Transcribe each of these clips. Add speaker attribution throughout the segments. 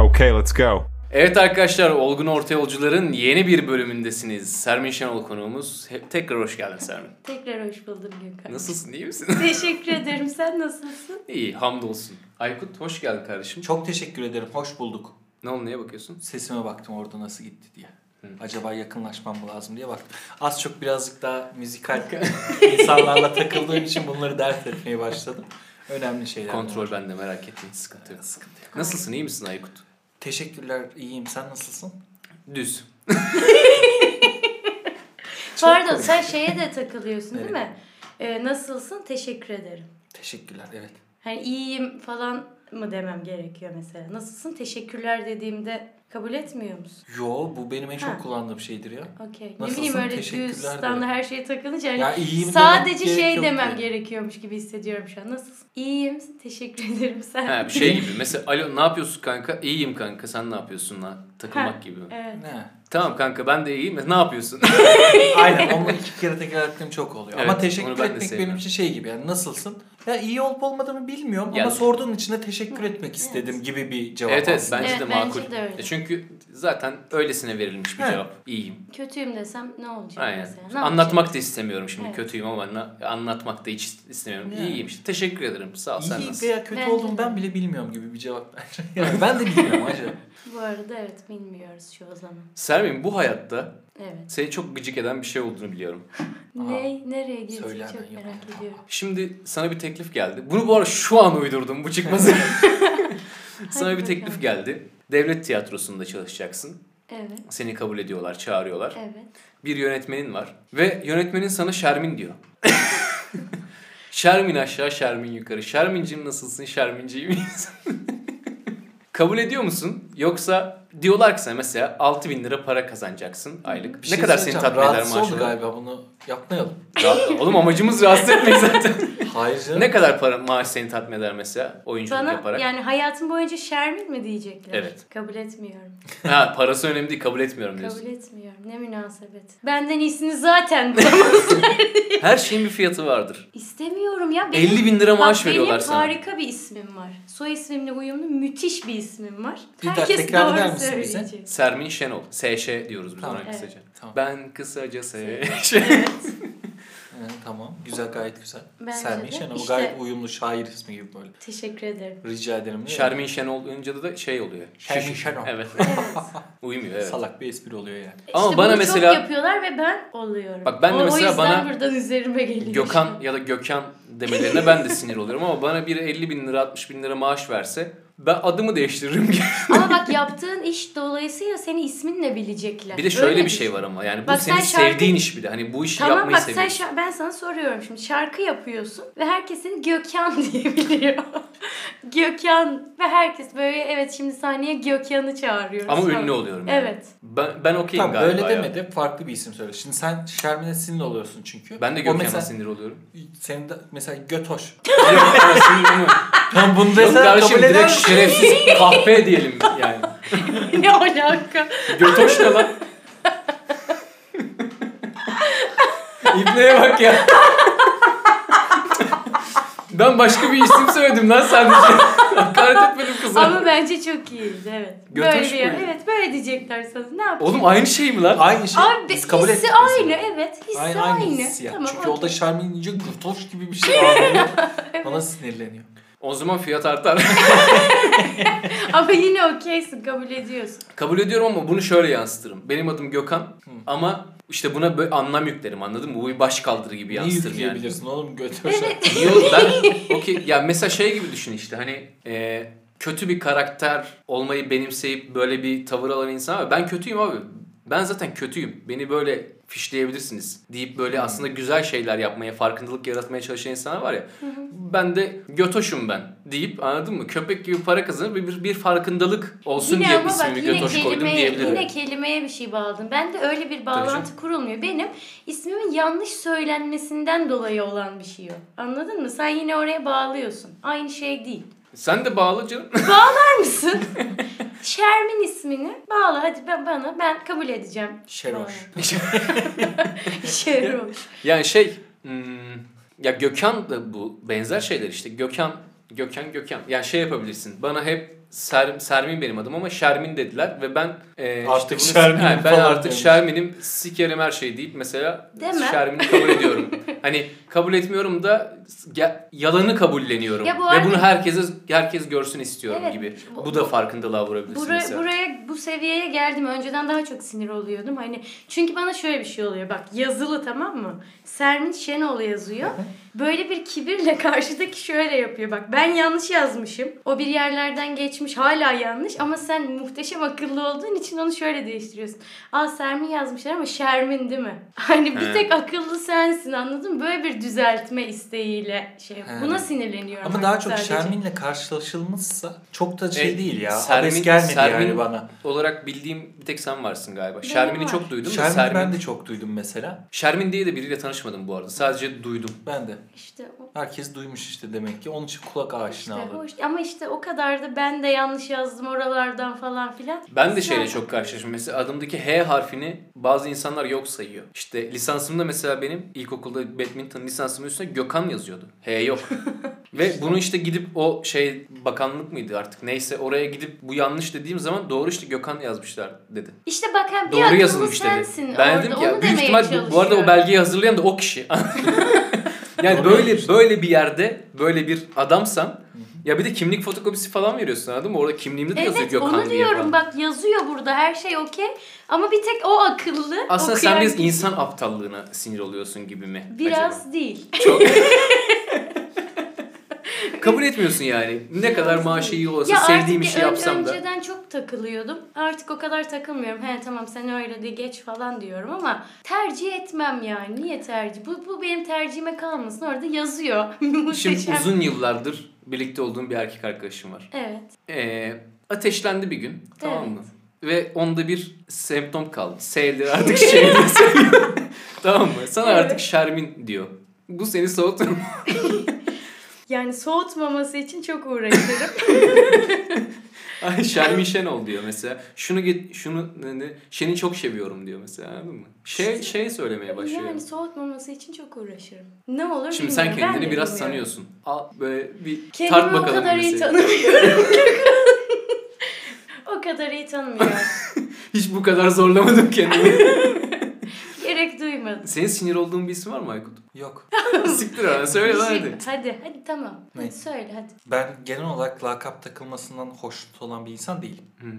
Speaker 1: Okay, let's go.
Speaker 2: Evet arkadaşlar Olgun Orta Yolcuların yeni bir bölümündesiniz. Sermin Şenol konuğumuz. Hep tekrar hoş geldin Sermin.
Speaker 3: Tekrar hoş buldum Gökhan.
Speaker 2: Nasılsın iyi misin?
Speaker 3: Teşekkür ederim. Sen nasılsın?
Speaker 2: iyi hamdolsun. Aykut hoş geldin kardeşim.
Speaker 4: Çok teşekkür ederim. Hoş bulduk.
Speaker 2: Ne oldu neye bakıyorsun?
Speaker 4: Sesime baktım orada nasıl gitti diye. Acaba yakınlaşmam mı lazım diye baktım. Az çok birazcık daha müzikal insanlarla takıldığım için bunları dert etmeye başladım. Önemli şeyler.
Speaker 2: Kontrol
Speaker 4: bunlar.
Speaker 2: bende merak etme hiç sıkıntı yok. Nasılsın iyi misin Aykut?
Speaker 4: Teşekkürler. iyiyim. Sen nasılsın?
Speaker 2: Düz.
Speaker 4: Çok
Speaker 3: Pardon
Speaker 4: komik.
Speaker 3: sen şeye de takılıyorsun değil
Speaker 4: Evet.
Speaker 3: mi? Ee, nasılsın? Teşekkür ederim.
Speaker 4: Teşekkürler. Evet.
Speaker 3: Hani iyiyim falan mı demem gerekiyor mesela? Nasılsın? Teşekkürler dediğimde kabul etmiyor musun?
Speaker 4: Yo bu benim en çok
Speaker 3: Ha.
Speaker 4: kullandığım şeydir ya.
Speaker 3: Okey. Ne
Speaker 4: Nasılsın?
Speaker 3: bileyim öyle
Speaker 4: Teşekkürler
Speaker 3: düz standart
Speaker 4: derim.
Speaker 3: her şeye takılınca hani
Speaker 4: Ya iyiyim
Speaker 3: sadece
Speaker 4: demek gerek
Speaker 3: şey
Speaker 4: yok
Speaker 3: demem
Speaker 4: yani.
Speaker 3: gerekiyormuş gibi hissediyorum şu an. Nasılsın? İyiyim. Teşekkür ederim. Sen.
Speaker 2: Ha bir şey gibi. Mesela alo ne yapıyorsun kanka? İyiyim kanka sen ne yapıyorsun lan? Takılmak
Speaker 3: Ha.
Speaker 2: gibi.
Speaker 3: Evet.
Speaker 4: Ne?
Speaker 2: Tamam kanka ben de iyiyim. Ne yapıyorsun?
Speaker 4: Aynen onu iki kere tekrar ettiğim çok oluyor.
Speaker 2: Evet,
Speaker 4: ama
Speaker 2: onu
Speaker 4: teşekkür
Speaker 2: ben de
Speaker 4: etmek
Speaker 2: sevmem.
Speaker 4: benim için şey gibi yani nasılsın? Ya iyi olup olmadığını bilmiyorum
Speaker 2: Yani-
Speaker 4: ama sorduğun için de teşekkür etmek istedim gibi bir cevap
Speaker 2: evet evet
Speaker 4: aslında.
Speaker 2: bence
Speaker 3: Evet,
Speaker 2: de
Speaker 3: bence
Speaker 2: makul.
Speaker 3: de öyle.
Speaker 2: E Çünkü zaten öylesine verilmiş bir
Speaker 4: Evet.
Speaker 2: cevap. İyiyim.
Speaker 3: Kötüyüm desem ne olacak
Speaker 2: Aynen.
Speaker 3: mesela? Ne
Speaker 2: Anlatmak da istemiyorum şimdi
Speaker 3: Evet.
Speaker 2: kötüyüm ama na- anlatmak da hiç istemiyorum.
Speaker 4: Yani.
Speaker 2: İyiyim işte. Teşekkür ederim. Sağ ol. Sen
Speaker 4: İyi
Speaker 2: nasılsın?
Speaker 4: veya kötü
Speaker 3: Bence
Speaker 4: olduğumu
Speaker 3: de.
Speaker 4: ben bile bilmiyorum gibi bir cevap bence. Yani ben de bilmiyorum acaba.
Speaker 3: Bu arada evet bilmiyoruz şu o zaman.
Speaker 2: Sermin bu hayatta
Speaker 3: Evet.
Speaker 2: seni çok gıcık eden bir şey olduğunu biliyorum.
Speaker 3: Ne nereye girdik
Speaker 4: Söylemen
Speaker 3: çok
Speaker 4: yok.
Speaker 3: merak ediyorum.
Speaker 2: Şimdi sana bir teklif geldi. Bunu bu arada şu an uydurdum. Bu çıkmasın. sana
Speaker 3: Hadi
Speaker 2: bir teklif
Speaker 3: bakalım.
Speaker 2: geldi. Devlet tiyatrosunda çalışacaksın.
Speaker 3: Evet.
Speaker 2: Seni kabul ediyorlar, çağırıyorlar.
Speaker 3: Evet.
Speaker 2: Bir yönetmenin var ve yönetmenin sana Şermin diyor. Şermin aşağı, Şermin yukarı. Şermincim nasılsın, Şerminci iyi misin? Kabul ediyor musun? Yoksa diyorlar ki sana mesela 6000 bin lira para kazanacaksın aylık. ne
Speaker 4: şey
Speaker 2: kadar seni
Speaker 4: söyleyeceğim.
Speaker 2: tatmin eder
Speaker 4: Rahatsız oldu
Speaker 2: maaşın?
Speaker 4: galiba bunu yapmayalım.
Speaker 2: Rahat- Oğlum amacımız rahatsız etmek zaten.
Speaker 4: Hayır canım.
Speaker 2: ne kadar para maaş seni tatmin eder mesela oyunculuk
Speaker 3: Bana
Speaker 2: yaparak?
Speaker 3: yani hayatım boyunca Şermin mi diyecekler?
Speaker 2: Evet.
Speaker 3: Kabul etmiyorum.
Speaker 2: Ha parası önemli değil kabul etmiyorum diyorsun.
Speaker 3: Kabul etmiyorum. Ne münasebet. Benden iyisini zaten bulamam.
Speaker 2: Her şeyin bir fiyatı vardır.
Speaker 3: İstemiyorum ya.
Speaker 2: 50 bin lira
Speaker 3: Bak,
Speaker 2: maaş veriyorlar
Speaker 3: benim
Speaker 2: sana.
Speaker 3: harika bir ismim var. Soy ismimle uyumlu müthiş bir ismim var.
Speaker 4: Bir daha
Speaker 3: Herkes
Speaker 4: tekrar
Speaker 3: doğru
Speaker 4: eder misin bize?
Speaker 3: söyleyecek.
Speaker 2: Sermin Şenol. SŞ diyoruz biz
Speaker 4: Tamam.
Speaker 2: ona
Speaker 3: Evet.
Speaker 2: kısaca.
Speaker 4: Tamam.
Speaker 2: Ben kısaca SŞ.
Speaker 3: Evet.
Speaker 4: Hı, Ee, tamam. Güzel gayet güzel.
Speaker 3: Bence
Speaker 4: Sermiş
Speaker 3: de.
Speaker 4: Şenol
Speaker 3: İşte-
Speaker 4: gayet uyumlu şair ismi gibi böyle.
Speaker 3: Teşekkür ederim.
Speaker 4: Rica ederim. değil mi?
Speaker 2: Şermin Şenol olunca da, da şey oluyor.
Speaker 4: Şermin
Speaker 2: Şiş-
Speaker 4: Şenol.
Speaker 2: Evet.
Speaker 3: Evet.
Speaker 2: Uyumuyor evet.
Speaker 4: Salak bir espri oluyor yani.
Speaker 3: İşte
Speaker 2: Ama
Speaker 3: bunu
Speaker 2: bana
Speaker 3: çok
Speaker 2: mesela-
Speaker 3: yapıyorlar ve ben oluyorum.
Speaker 2: Bak ben de
Speaker 3: O- o,
Speaker 2: mesela
Speaker 3: yüzden
Speaker 2: bana
Speaker 3: buradan üzerime geliyor.
Speaker 2: Gökhan ya da Gökhan demelerine ben de sinir oluyorum ama bana biri 50 bin lira 60 bin lira maaş verse ben adımı değiştiririm.
Speaker 3: Ama bak yaptığın iş dolayısıyla seni isminle bilecekler.
Speaker 2: bir de şöyle
Speaker 3: Öyle
Speaker 2: bir şey var ama yani bu
Speaker 3: Bak
Speaker 2: senin
Speaker 3: sen şarkı-
Speaker 2: sevdiğin iş bir de hani bu işi
Speaker 3: Tamam
Speaker 2: yapmayı
Speaker 3: bak sen
Speaker 2: seviyorsun.
Speaker 3: şa- ben sana soruyorum şimdi şarkı yapıyorsun ve herkes seni Gökhan diye biliyor. Gökhan ve herkes böyle evet şimdi sahneye Gökhan'ı çağırıyoruz.
Speaker 2: Ama
Speaker 3: falan.
Speaker 2: ünlü oluyorum yani.
Speaker 3: Evet.
Speaker 2: Ben, ben okeyim
Speaker 4: Tamam
Speaker 2: galiba
Speaker 4: öyle
Speaker 2: ya.
Speaker 4: deme de farklı bir isim söyle. Şimdi sen Şermin'e sinir oluyorsun çünkü.
Speaker 2: Ben de
Speaker 4: O
Speaker 2: Gökhan'a
Speaker 4: mesela-
Speaker 2: sinir oluyorum.
Speaker 4: Senin de mesela götoş.
Speaker 2: Yok arasını bilmiyorum.
Speaker 4: Tam bunu
Speaker 2: Yok
Speaker 4: desene
Speaker 2: kardeşim
Speaker 4: kabul
Speaker 2: direkt
Speaker 4: eder misin?
Speaker 2: şerefsiz kahpe diyelim yani.
Speaker 3: ne alaka?
Speaker 2: Götoş ne lan? İbneye bak ya. ben başka bir isim söyledim lan sadece. Hakaret etmedim kıza.
Speaker 3: Ama bence çok iyiyiz evet.
Speaker 2: Götoş
Speaker 3: böyle bir-
Speaker 2: muydu?
Speaker 3: evet böyle diyecekler sana. Ne yapacaksın?
Speaker 2: Oğlum aynı şey mi lan?
Speaker 4: Aynı şey.
Speaker 3: Abi
Speaker 4: Biz kabul
Speaker 3: hissi
Speaker 4: ettik mesela.
Speaker 3: aynı evet. Hissi aynı.
Speaker 4: Aynı, aynı hissi ya.
Speaker 3: Tamam,
Speaker 4: Çünkü
Speaker 3: okey.
Speaker 4: o da şey- Şermin ince gırtoş gibi bir şey ağlıyor. Bana sinirleniyor.
Speaker 2: O zaman fiyat artar.
Speaker 3: Ama yine okeysin kabul ediyorsun.
Speaker 2: Kabul ediyorum ama bunu şöyle yansıtırım. Benim adım Gökhan ama işte buna böyle anlam yüklerim anladın mı? Bu bir baş kaldırı gibi
Speaker 4: Ne
Speaker 2: yansıtırım yani.
Speaker 4: yükleyebilirsin oğlum götoşa?
Speaker 3: Evet.
Speaker 2: Niye oğlum? ben okey ya mesela şey gibi düşün işte hani e, kötü bir karakter olmayı benimseyip böyle bir tavır alan insan ama ben kötüyüm abi. Ben zaten kötüyüm. Beni böyle fişleyebilirsiniz deyip
Speaker 3: Hmm.
Speaker 2: böyle aslında güzel şeyler yapmaya, farkındalık yaratmaya çalışan insanlar var ya. ben de götoşum ben deyip anladın mı? Köpek gibi para kazanıp bir, bir, bir farkındalık olsun
Speaker 3: Yine
Speaker 2: diye
Speaker 3: ama bak
Speaker 2: ismimi
Speaker 3: yine
Speaker 2: götoş koydum
Speaker 3: kelimeye,
Speaker 2: diyebilirim.
Speaker 3: yine kelimeye bir şey bağladın. Ben de öyle bir
Speaker 2: Tabii
Speaker 3: bağlantı
Speaker 2: canım.
Speaker 3: kurulmuyor. Benim ismimin yanlış söylenmesinden dolayı olan bir şey o. Anladın mı? Sen yine oraya bağlıyorsun. Aynı şey değil.
Speaker 2: Sen de bağlı canım.
Speaker 3: Var mısın? Şermin ismini bağla hadi ben bana ben kabul edeceğim.
Speaker 4: Şeroş.
Speaker 3: Şeroş.
Speaker 2: Yani şey hmm, ya Gökhan da bu benzer şeyler işte. Gökhan Gökhan Gökhan. Yani şey yapabilirsin. Bana hep Ser, Sermin benim adım ama Şermin dediler ve ben e,
Speaker 4: Artık
Speaker 2: bunu-
Speaker 4: Şermin'im
Speaker 2: He, ben
Speaker 4: falan
Speaker 2: artık
Speaker 4: demiş.
Speaker 2: Şermin'im sikerim her şeyi deyip mesela
Speaker 3: Değil mi?
Speaker 2: Şermin'i kabul ediyorum. hani kabul etmiyorum da ge- yalanı kabulleniyorum
Speaker 3: Ya bu
Speaker 2: ve
Speaker 3: arada-
Speaker 2: bunu herkese herkes görsün istiyorum
Speaker 3: Evet,
Speaker 2: gibi.
Speaker 3: bu-
Speaker 2: Bu, da farkındalığa vurabilirsin
Speaker 3: Bura-
Speaker 2: mesela.
Speaker 3: buraya bu seviyeye geldim. Önceden daha çok sinir oluyordum. Hani çünkü bana şöyle bir şey oluyor. Bak yazılı tamam mı? Sermin Şenoğlu yazıyor. Böyle bir kibirle karşıdaki şöyle yapıyor. Bak ben yanlış yazmışım. O bir yerlerden geçmiş hala yanlış ama sen muhteşem akıllı olduğun için onu şöyle değiştiriyorsun. Aa Sermin yazmışlar ama Şermin değil mi? Hani bir
Speaker 2: He.
Speaker 3: tek akıllı sensin anladın mı? Böyle bir düzeltme isteğiyle şey.
Speaker 4: He.
Speaker 3: Buna sinirleniyorum.
Speaker 4: Ama
Speaker 3: ben
Speaker 4: daha çok
Speaker 3: sadece.
Speaker 4: Şermin'le karşılaşılmışsa çok da şey
Speaker 2: E,
Speaker 4: değil ya.
Speaker 2: Sermin-
Speaker 4: Sermin, gelmedi
Speaker 2: Sermin-
Speaker 4: yani bana.
Speaker 2: Olarak bildiğim bir tek sen varsın galiba.
Speaker 3: Benim
Speaker 2: Şermin'i
Speaker 3: var.
Speaker 2: çok duydum. da
Speaker 4: Şermin
Speaker 2: Sermin,
Speaker 4: ben de çok duydum mesela.
Speaker 2: Şermin diye de biriyle tanışmadım bu arada. Sadece duydum.
Speaker 4: Ben de.
Speaker 3: İşte o
Speaker 4: Herkes duymuş işte demek ki. Onun için kulak aşinalı.
Speaker 3: İşte o işte- ama işte o kadar da ben de yanlış yazdım oralardan falan filan.
Speaker 2: Ben de
Speaker 3: Sen-
Speaker 2: şeyle çok karşılaştım. Mesela adımdaki H harfini bazı insanlar yok sayıyor. İşte lisansımda mesela benim ilkokulda badminton lisansımın üstüne Gökhan yazıyordu. H yok. Ve bunu işte gidip o şey bakanlık mıydı artık neyse oraya gidip bu yanlış dediğim zaman doğru işte Gökhan yazmışlar dedi.
Speaker 3: İşte bak ha, bir
Speaker 2: doğru
Speaker 3: akıllı
Speaker 2: yazılmış
Speaker 3: sensin
Speaker 2: dedi. Ben
Speaker 3: orada.
Speaker 2: dedim ki
Speaker 3: Onu
Speaker 2: ya, büyük
Speaker 3: demeye
Speaker 2: ihtimal bu, bu arada o
Speaker 3: çalışıyorum.
Speaker 2: belgeyi hazırlayan da o kişi. yani böyle böyle bir yerde böyle bir adamsan ya bir de kimlik fotokopisi falan veriyorsun anladın mı? Orada kimliğimde de yazıyor
Speaker 3: Evet
Speaker 2: Gökhan
Speaker 3: onu
Speaker 2: diye.
Speaker 3: diyorum
Speaker 2: falan.
Speaker 3: bak yazıyor burada her şey okey ama bir tek o akıllı.
Speaker 2: Aslında
Speaker 3: okuyan
Speaker 2: sen biraz
Speaker 3: kişi-
Speaker 2: insan aptallığına sinir oluyorsun gibi mi?
Speaker 3: Biraz
Speaker 2: acaba?
Speaker 3: değil.
Speaker 2: Çok. Kabul etmiyorsun yani. Ne kadar maaşı iyi olsa
Speaker 3: Ya
Speaker 2: sevdiğim
Speaker 3: artık
Speaker 2: işi
Speaker 3: ön-
Speaker 2: yapsam da.
Speaker 3: önceden çok takılıyordum. Artık o kadar takılmıyorum. He tamam sen öyle de geç falan diyorum ama tercih etmem yani. Niye tercih? Bu, bu benim tercihime kalmasın. Orada yazıyor.
Speaker 2: Şimdi
Speaker 3: Muhteşem.
Speaker 2: uzun yıllardır birlikte olduğum bir erkek arkadaşım var.
Speaker 3: Evet.
Speaker 2: Ee, ateşlendi bir gün. Tamam
Speaker 3: Evet.
Speaker 2: mı? Ve onda bir semptom kaldı. S'dir artık şeydir. tamam mı? Sana
Speaker 3: Evet.
Speaker 2: artık Şermin diyor. Bu seni soğuttu.
Speaker 3: Yani soğutmaması için çok uğraşırım.
Speaker 2: Ay Şermin Şenol diyor mesela. Şunu git şunu ne, ne- Şen'i çok seviyorum diyor mesela anladın mı? Şey şey söylemeye başlıyor.
Speaker 3: Yani soğutmaması için şimdi sen uğraşırım. Ne olur
Speaker 2: Şimdi
Speaker 3: bilmiyorum.
Speaker 2: sen
Speaker 3: Ben
Speaker 2: kendini biraz
Speaker 3: de bilmiyorum.
Speaker 2: sanıyorsun. Al böyle bir
Speaker 3: Kendimi
Speaker 2: tart bakalım
Speaker 3: o kadar iyi
Speaker 2: mesela.
Speaker 3: tanımıyorum. o kadar iyi tanımıyorum.
Speaker 2: Hiç bu kadar zorlamadım kendimi.
Speaker 3: Gerek duymadım.
Speaker 2: Senin sinir olduğun bir isim var mı Aykut?
Speaker 4: Yok.
Speaker 2: Siktir lan söyle lan
Speaker 3: Bir şey-
Speaker 2: hadi.
Speaker 3: Hadi hadi tamam.
Speaker 4: Ne?
Speaker 3: Hadi söyle hadi.
Speaker 4: Ben genel olarak lakap takılmasından hoşnut olan bir insan değilim.
Speaker 2: Hı hı.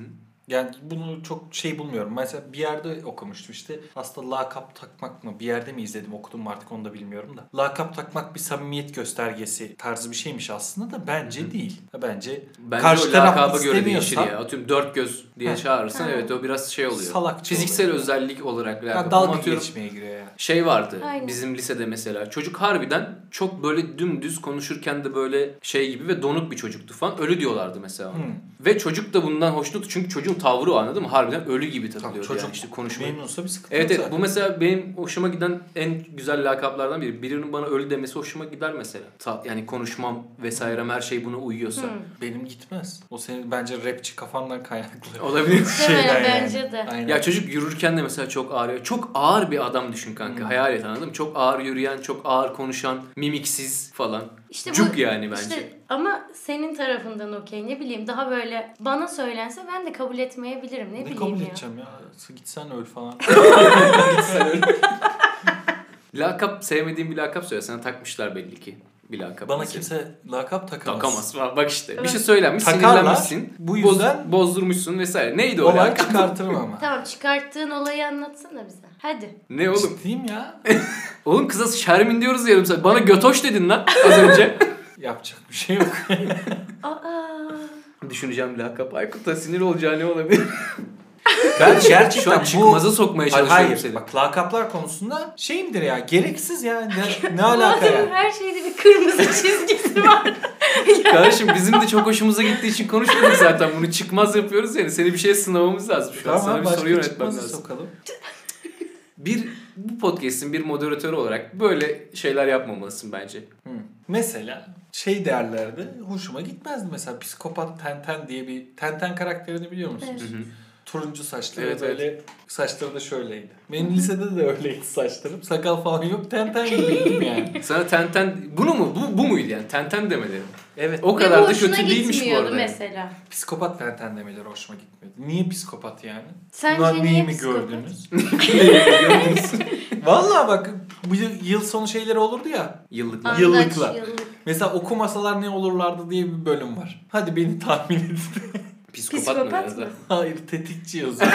Speaker 4: Yani bunu çok şey bulmuyorum. Mesela bir yerde okumuştum işte. Aslında lakap takmak mı? Bir yerde mi izledim okudum mu artık onu da bilmiyorum da. Lakap takmak bir samimiyet göstergesi tarzı bir şeymiş aslında da bence değil. Bence,
Speaker 2: Bence
Speaker 4: Karşı
Speaker 2: o
Speaker 4: taraf
Speaker 2: lakaba göre değişir
Speaker 4: istemiyorsa-
Speaker 2: ya. Atıyorum dört göz diye
Speaker 4: Heh.
Speaker 2: çağırırsan
Speaker 3: Ha.
Speaker 2: evet o biraz şey oluyor.
Speaker 4: Salakça
Speaker 2: Fiziksel
Speaker 4: oluyor.
Speaker 2: özellik olarak
Speaker 4: ya
Speaker 2: lakap. Ama
Speaker 4: dalga
Speaker 2: atıyorum-
Speaker 4: geçmeye giriyor ya.
Speaker 2: Şey vardı
Speaker 3: Aynen.
Speaker 2: bizim lisede mesela. Çocuk harbiden çok böyle dümdüz konuşurken de böyle şey gibi ve donuk bir çocuktu falan. Ölü diyorlardı mesela. ona.
Speaker 4: Hmm.
Speaker 2: Ve çocuk da bundan hoşnut çünkü çocuğun tavrı o anladın mı? Harbiden ölü gibi takılıyordu
Speaker 4: çocuk
Speaker 2: yani işte konuşmayı.
Speaker 4: Memnunsa bir sıkıntı
Speaker 2: Evet
Speaker 4: yok
Speaker 2: evet bu
Speaker 4: zaten.
Speaker 2: mesela benim hoşuma giden en güzel lakaplardan biri. Birinin bana ölü demesi hoşuma gider mesela. Ta- yani konuşmam vesairem her şey buna uyuyorsa.
Speaker 3: Hmm.
Speaker 4: Benim gitmez. O senin bence rapçi kafandan kaynaklı.
Speaker 2: Olabilir.
Speaker 3: Muhtemelen
Speaker 4: Şeyden
Speaker 3: bence de.
Speaker 4: Aynen.
Speaker 2: Şey Ya çocuk yürürken de mesela çok ağır. Çok ağır bir adam düşün kanka.
Speaker 4: Hmm.
Speaker 2: Hayal et anladın mı? Çok ağır yürüyen, çok ağır konuşan, mimiksiz falan.
Speaker 3: İşte
Speaker 2: Cuk
Speaker 3: bu,
Speaker 2: yani bence.
Speaker 3: İşte ama senin tarafından okey ne bileyim daha böyle bana söylense ben de kabul etmeyebilirim ne,
Speaker 4: ne
Speaker 3: bileyim
Speaker 4: kabul
Speaker 3: ya.
Speaker 4: edeceğim ya? Gitsen öl falan.
Speaker 2: Lakap sevmediğim bir lakap söyle. Sana takmışlar belli ki bir lakap.
Speaker 4: Bana
Speaker 2: mesela.
Speaker 4: kimse lakap takamaz.
Speaker 2: takamaz. falan. Bak işte bir
Speaker 3: Evet.
Speaker 2: şey söylenmiş,
Speaker 4: Takarlar.
Speaker 2: sinirlenmişsin.
Speaker 4: Bu
Speaker 2: boz-
Speaker 4: yüzden-
Speaker 2: bozdurmuşsun vesaire. Neydi o
Speaker 4: Olay
Speaker 2: lakap?
Speaker 4: çıkartırım ama.
Speaker 3: Tamam çıkarttığın olayı anlatsana bize. Hadi.
Speaker 2: Ne oğlum?
Speaker 4: Ciddiyim ya.
Speaker 2: Oğlum kıza Şermin diyoruz yarım saat. Bana götoş dedin lan az önce.
Speaker 4: Yapacak bir şey yok.
Speaker 3: Aa.
Speaker 2: Düşüneceğim lakap. Aykut'a sinir olacağı ne olabilir?
Speaker 4: Ben
Speaker 2: şey- Şu an
Speaker 4: gerçekten bu...
Speaker 2: çıkmaza sokmaya
Speaker 4: Hayır,
Speaker 2: çalışıyorum
Speaker 4: hayır.
Speaker 2: seni.
Speaker 4: Bak lakaplar konusunda şeyimdir ya. Gereksiz ya. Ne, ne
Speaker 3: Bu
Speaker 4: alaka
Speaker 3: adamın
Speaker 4: ya?
Speaker 3: her şeyde bir kırmızı çizgisi var.
Speaker 2: Kardeşim bizim de çok hoşumuza gittiği için konuşmadık zaten. Bunu çıkmaz yapıyoruz yani. Seni bir şeye sınamamız lazım şu an.
Speaker 4: Tamam
Speaker 2: Sana bir soru
Speaker 4: başka
Speaker 2: yönetmem
Speaker 4: çıkmazı
Speaker 2: lazım.
Speaker 4: sokalım.
Speaker 2: Bir bu podcast'in bir moderatörü olarak böyle şeyler yapmamalısın bence.
Speaker 4: Hı. Mesela şey derlerdi. Hoşuma gitmezdi mesela. Psikopat Tenten diye bir... Tenten karakterini biliyor musunuz?
Speaker 2: Hı hı.
Speaker 4: Turuncu saçlı
Speaker 2: Evet,
Speaker 4: ve böyle saçları da şöyleydi. Benim lisede de öyleydi saçlarım. Sakal falan yok. Tenten gibiydim yani.
Speaker 2: Sana tenten bunu mu bu, bu muydu yani tenten demeleri.
Speaker 4: Evet.
Speaker 2: O
Speaker 4: O
Speaker 3: Ve
Speaker 2: kadar
Speaker 3: bu
Speaker 2: da
Speaker 3: hoşuna
Speaker 2: kötü değilmiş bu
Speaker 3: gitmiyordu
Speaker 2: arada. yani.
Speaker 3: mesela.
Speaker 4: psikopat tenten demeleri hoşuma gitmiyordu. Niye psikopat yani?
Speaker 3: Sence
Speaker 4: Ulan neyi
Speaker 3: şey niye
Speaker 4: mi
Speaker 3: psikopat?
Speaker 4: gördünüz? Valla bak bu yıl, yıl sonu şeyleri olurdu ya.
Speaker 2: Yıllıklar.
Speaker 3: Andaç,
Speaker 4: Yıllıklar.
Speaker 3: yıllık.
Speaker 4: Mesela okumasalar ne olurlardı diye bir bölüm var. Hadi beni tahmin edin.
Speaker 2: Psikopat, mı
Speaker 3: Psikopat
Speaker 2: biraz
Speaker 3: mı?
Speaker 2: da?
Speaker 4: Hayır tetikçi yazıyor.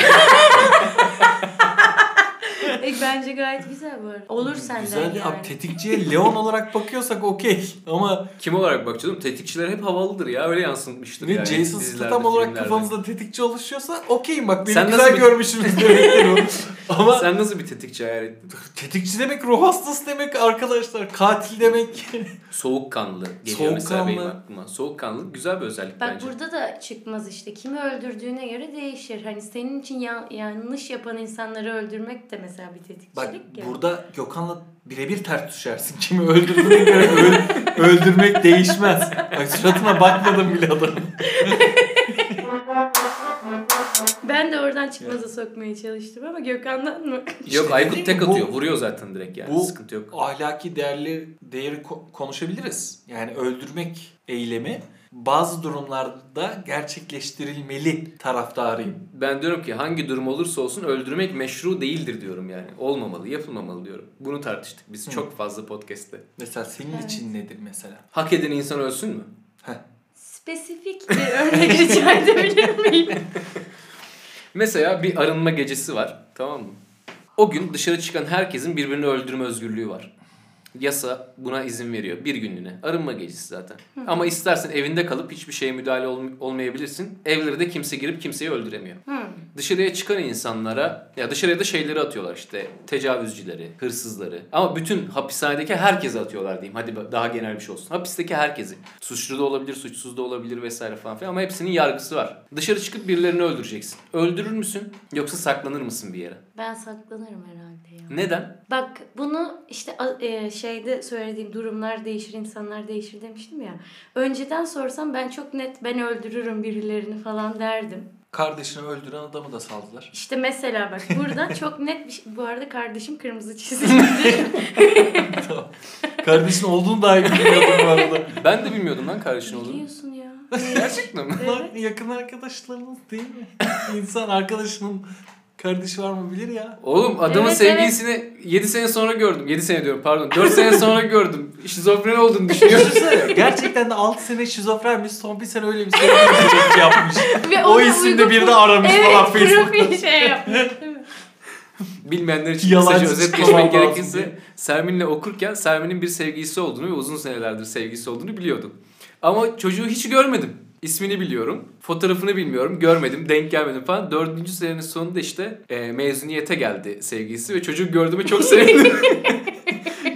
Speaker 3: E, bence gayet güzel bu arada. Olur senden
Speaker 4: Güzel
Speaker 3: yani.
Speaker 4: abi tetikçiye Leon olarak bakıyorsak okey. Ama
Speaker 2: Kim olarak bakacağım? Tetikçiler hep havalıdır ya. Öyle yansıtmıştır
Speaker 4: ne
Speaker 2: yani.
Speaker 4: Jason
Speaker 2: dizilerde,
Speaker 4: Statham olarak
Speaker 2: filmlerde.
Speaker 4: kafanızda tetikçi oluşuyorsa okeyim bak beni
Speaker 2: Sen
Speaker 4: güzel
Speaker 2: nasıl bir-
Speaker 4: görmüşsünüz demektir bu. Ama
Speaker 2: Sen nasıl bir tetikçi hayal ettin?
Speaker 4: tetikçi demek ruh hastası demek arkadaşlar. Katil demek.
Speaker 2: Soğukkanlı geliyor mesela
Speaker 4: Soğukkanlı.
Speaker 2: benim aklıma. Soğukkanlı güzel bir özellik
Speaker 3: Bak
Speaker 2: bence.
Speaker 3: burada da çıkmaz işte. Kimi öldürdüğüne göre değişir. Hani senin için ya- yanlış yapan insanları öldürmek de mesela bir tetikçilik
Speaker 4: Bak
Speaker 3: ya.
Speaker 4: burada Gökhan'la birebir ters düşersin. Kimi öldürdüğüne göre öl- öldürmek değişmez. Bak suratına bakmadım bile adamın.
Speaker 3: Ben de oradan çıkmaza sokmaya çalıştım ama Gökhan'dan mı?
Speaker 2: Yok
Speaker 4: İşte
Speaker 2: Aykut
Speaker 4: dediğim
Speaker 2: tek
Speaker 4: gibi bu-
Speaker 2: atıyor. Vuruyor zaten direkt yani.
Speaker 4: bu-
Speaker 2: Sıkıntı yok.
Speaker 4: ahlaki değerli değeri ko- konuşabiliriz. Yani öldürmek eylemi bazı durumlarda gerçekleştirilmeli taraftarıyım.
Speaker 2: Ben diyorum ki hangi durum olursa olsun öldürmek meşru değildir diyorum yani. Olmamalı, yapılmamalı diyorum. Bunu tartıştık biz
Speaker 4: Hı.
Speaker 2: çok fazla podcast'te.
Speaker 4: Mesela senin
Speaker 3: Evet.
Speaker 4: için nedir mesela?
Speaker 2: Hak eden insan ölsün mü?
Speaker 3: Spesifik bir örnek rica edebilir miyim?
Speaker 2: Mesela bir arınma gecesi var. Tamam mı? O gün dışarı çıkan herkesin birbirini öldürme özgürlüğü var. Yasa buna izin veriyor. Bir günlüğüne. Arınma gecesi zaten. Ama istersen evinde kalıp hiçbir şeye müdahale olm- olmayabilirsin. Evlere de kimse girip kimseyi öldüremiyor.
Speaker 3: Hmm.
Speaker 2: Dışarıya çıkan insanlara ya dışarıya da şeyleri atıyorlar işte tecavüzcüleri, hırsızları. Ama bütün hapishanedeki herkese atıyorlar diyeyim. Hadi daha genel bir şey olsun. Hapisteki herkesi. Suçlu da olabilir, suçsuz da olabilir vesaire falan filan ama hepsinin yargısı var. Dışarı çıkıp birilerini öldüreceksin. Öldürür müsün yoksa saklanır mısın bir yere?
Speaker 3: Ben saklanırım herhalde ya.
Speaker 2: Neden?
Speaker 3: Bak bunu işte a- e, şeyde söylediğim durumlar değişir, insanlar değişir demiştim ya. Önceden sorsam ben çok net ben öldürürüm birilerini falan derdim.
Speaker 4: Kardeşini öldüren adamı da saldılar.
Speaker 3: İşte mesela bak buradan çok net bir şey. Bu arada kardeşim kırmızı çizildi.
Speaker 4: Tamam. Kardeşin olduğunu dahi bilmiyordum bu arada.
Speaker 2: Ben de bilmiyordum lan kardeşin olduğunu.
Speaker 3: Biliyorsun ya.
Speaker 2: Gerçekten mi?
Speaker 4: Bunlar yakın arkadaşlarınız değil mi? İnsan arkadaşının kardeşi var mı bilir ya.
Speaker 2: Oğlum adamın
Speaker 3: Evet,
Speaker 2: sevgilisini 7 sene sonra gördüm. 7 sene diyorum pardon. 4 sene sonra gördüm. Şizofren olduğunu düşünüyorum.
Speaker 4: Düşünsene, Gerçekten de 6 sene şizofrenmiş son bir sene öyle bir sevgili yapmış.
Speaker 3: Ve
Speaker 4: o
Speaker 3: ona
Speaker 4: isimde
Speaker 3: uygun
Speaker 4: bir
Speaker 3: bir-
Speaker 4: de aramış falan
Speaker 3: Evet,
Speaker 4: Facebook'ta.
Speaker 3: profil şey yapmış değil mi?
Speaker 2: Bilmeyenler için
Speaker 4: Yalancı
Speaker 2: kısaca özet
Speaker 4: çıkmaman
Speaker 2: geçmek
Speaker 4: lazım
Speaker 2: gerekirse
Speaker 4: diye.
Speaker 2: Sermin'le okurken Sermin'in bir sevgilisi olduğunu ve uzun senelerdir sevgilisi olduğunu biliyordum. Ama çocuğu hiç görmedim. İsmini biliyorum. Fotoğrafını bilmiyorum. Görmedim. Denk gelmedim falan. Dördüncü senenin sonunda işte e, mezuniyete geldi sevgilisi ve çocuğu gördüğüme çok sevindim.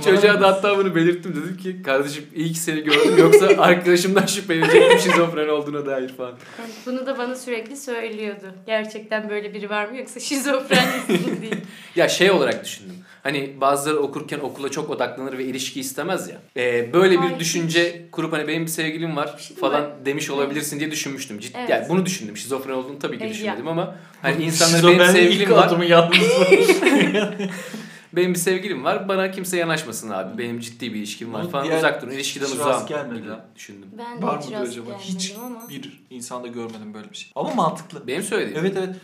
Speaker 2: Çocuğa da hatta bunu belirttim. Dedim ki kardeşim iyi ki seni gördüm. Yoksa arkadaşımdan şüphelenecektim şizofren olduğuna dair falan.
Speaker 3: Yani Bunu da bana sürekli söylüyordu. Gerçekten böyle biri var mı yoksa şizofren misin diye.
Speaker 2: Ya şey olarak düşündüm. Hani bazıları okurken okula çok odaklanır ve ilişki istemez ya. Ee, böyle bir
Speaker 3: Ay,
Speaker 2: düşünce kurup hani benim bir sevgilim var
Speaker 3: Bir şey değil
Speaker 2: falan demiş olabilirsin diye düşünmüştüm. Ciddi
Speaker 3: Evet.
Speaker 2: yani bunu düşündüm. Şizofren olduğunu tabii ki
Speaker 3: E, ya.
Speaker 2: düşünmedim ama hani insanlar benim sevgilim var. Benim bir sevgilim var. Bana kimse yanaşmasın abi. Benim ciddi bir ilişkim var
Speaker 4: Bu
Speaker 2: falan.
Speaker 4: diğer
Speaker 2: Uzak durun. İlişkiden
Speaker 4: hiç
Speaker 2: uzağım.
Speaker 4: rast gelmedi
Speaker 2: gibi
Speaker 4: ha.
Speaker 2: düşündüm.
Speaker 3: Ben de
Speaker 4: Var
Speaker 3: hiç
Speaker 4: mıdır
Speaker 3: rast
Speaker 4: acaba?
Speaker 3: gelmedim
Speaker 4: Hiç
Speaker 3: ama.
Speaker 4: bir insanda görmedim böyle bir şey. Ama mantıklı.
Speaker 2: Benim söylediğim.
Speaker 4: Evet evet.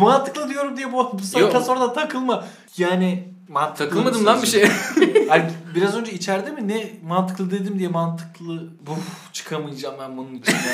Speaker 4: mantıklı diyorum diye bu, bu saatten
Speaker 2: Yok.
Speaker 4: sonra da takılma. Yani mantıklı.
Speaker 2: Takılmadım lan bir şey.
Speaker 4: Yani biraz önce içeride mi ne mantıklı dedim diye mantıklı. Buf çıkamayacağım ben bunun içinden.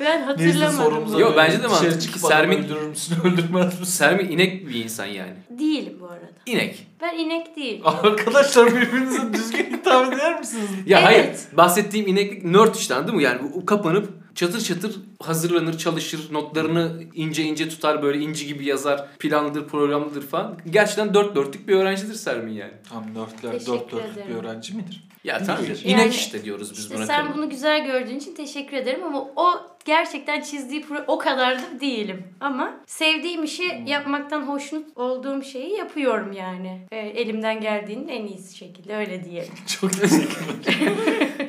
Speaker 3: Ben hatırlamadım.
Speaker 2: Yok, bence de mantıklı. Sermin-
Speaker 4: Sermin... öldürür müsün öldürmez misin?
Speaker 2: Sermi inek bir insan yani.
Speaker 3: Değilim bu arada.
Speaker 2: İnek.
Speaker 3: Ben inek değilim.
Speaker 4: Arkadaşlar birbirinize düzgün hitap eder misiniz?
Speaker 2: Ya
Speaker 3: Evet.
Speaker 2: hayır bahsettiğim ineklik nerd işte anladın mı? Yani bu kapanıp çatır çatır hazırlanır çalışır notlarını ince ince tutar böyle inci gibi yazar planlıdır programlıdır falan. Gerçekten dört dörtlük bir öğrencidir Sermin yani.
Speaker 4: Tam dörtler
Speaker 3: Teşekkür
Speaker 4: dört dörtlük bir
Speaker 3: ederim.
Speaker 4: öğrenci midir?
Speaker 2: Ya tamam
Speaker 4: İyidir.
Speaker 2: inek
Speaker 3: Yani
Speaker 2: işte diyoruz biz
Speaker 3: İşte
Speaker 2: buna.
Speaker 3: sen
Speaker 2: tabii.
Speaker 3: bunu güzel gördüğün için teşekkür ederim ama o gerçekten çizdiği pro- o kadar da değilim. Ama sevdiğim işi
Speaker 2: Hmm.
Speaker 3: yapmaktan hoşnut olduğum şeyi yapıyorum yani. Ee, elimden geldiğinin en iyisi şekilde öyle diyelim.
Speaker 4: Çok teşekkür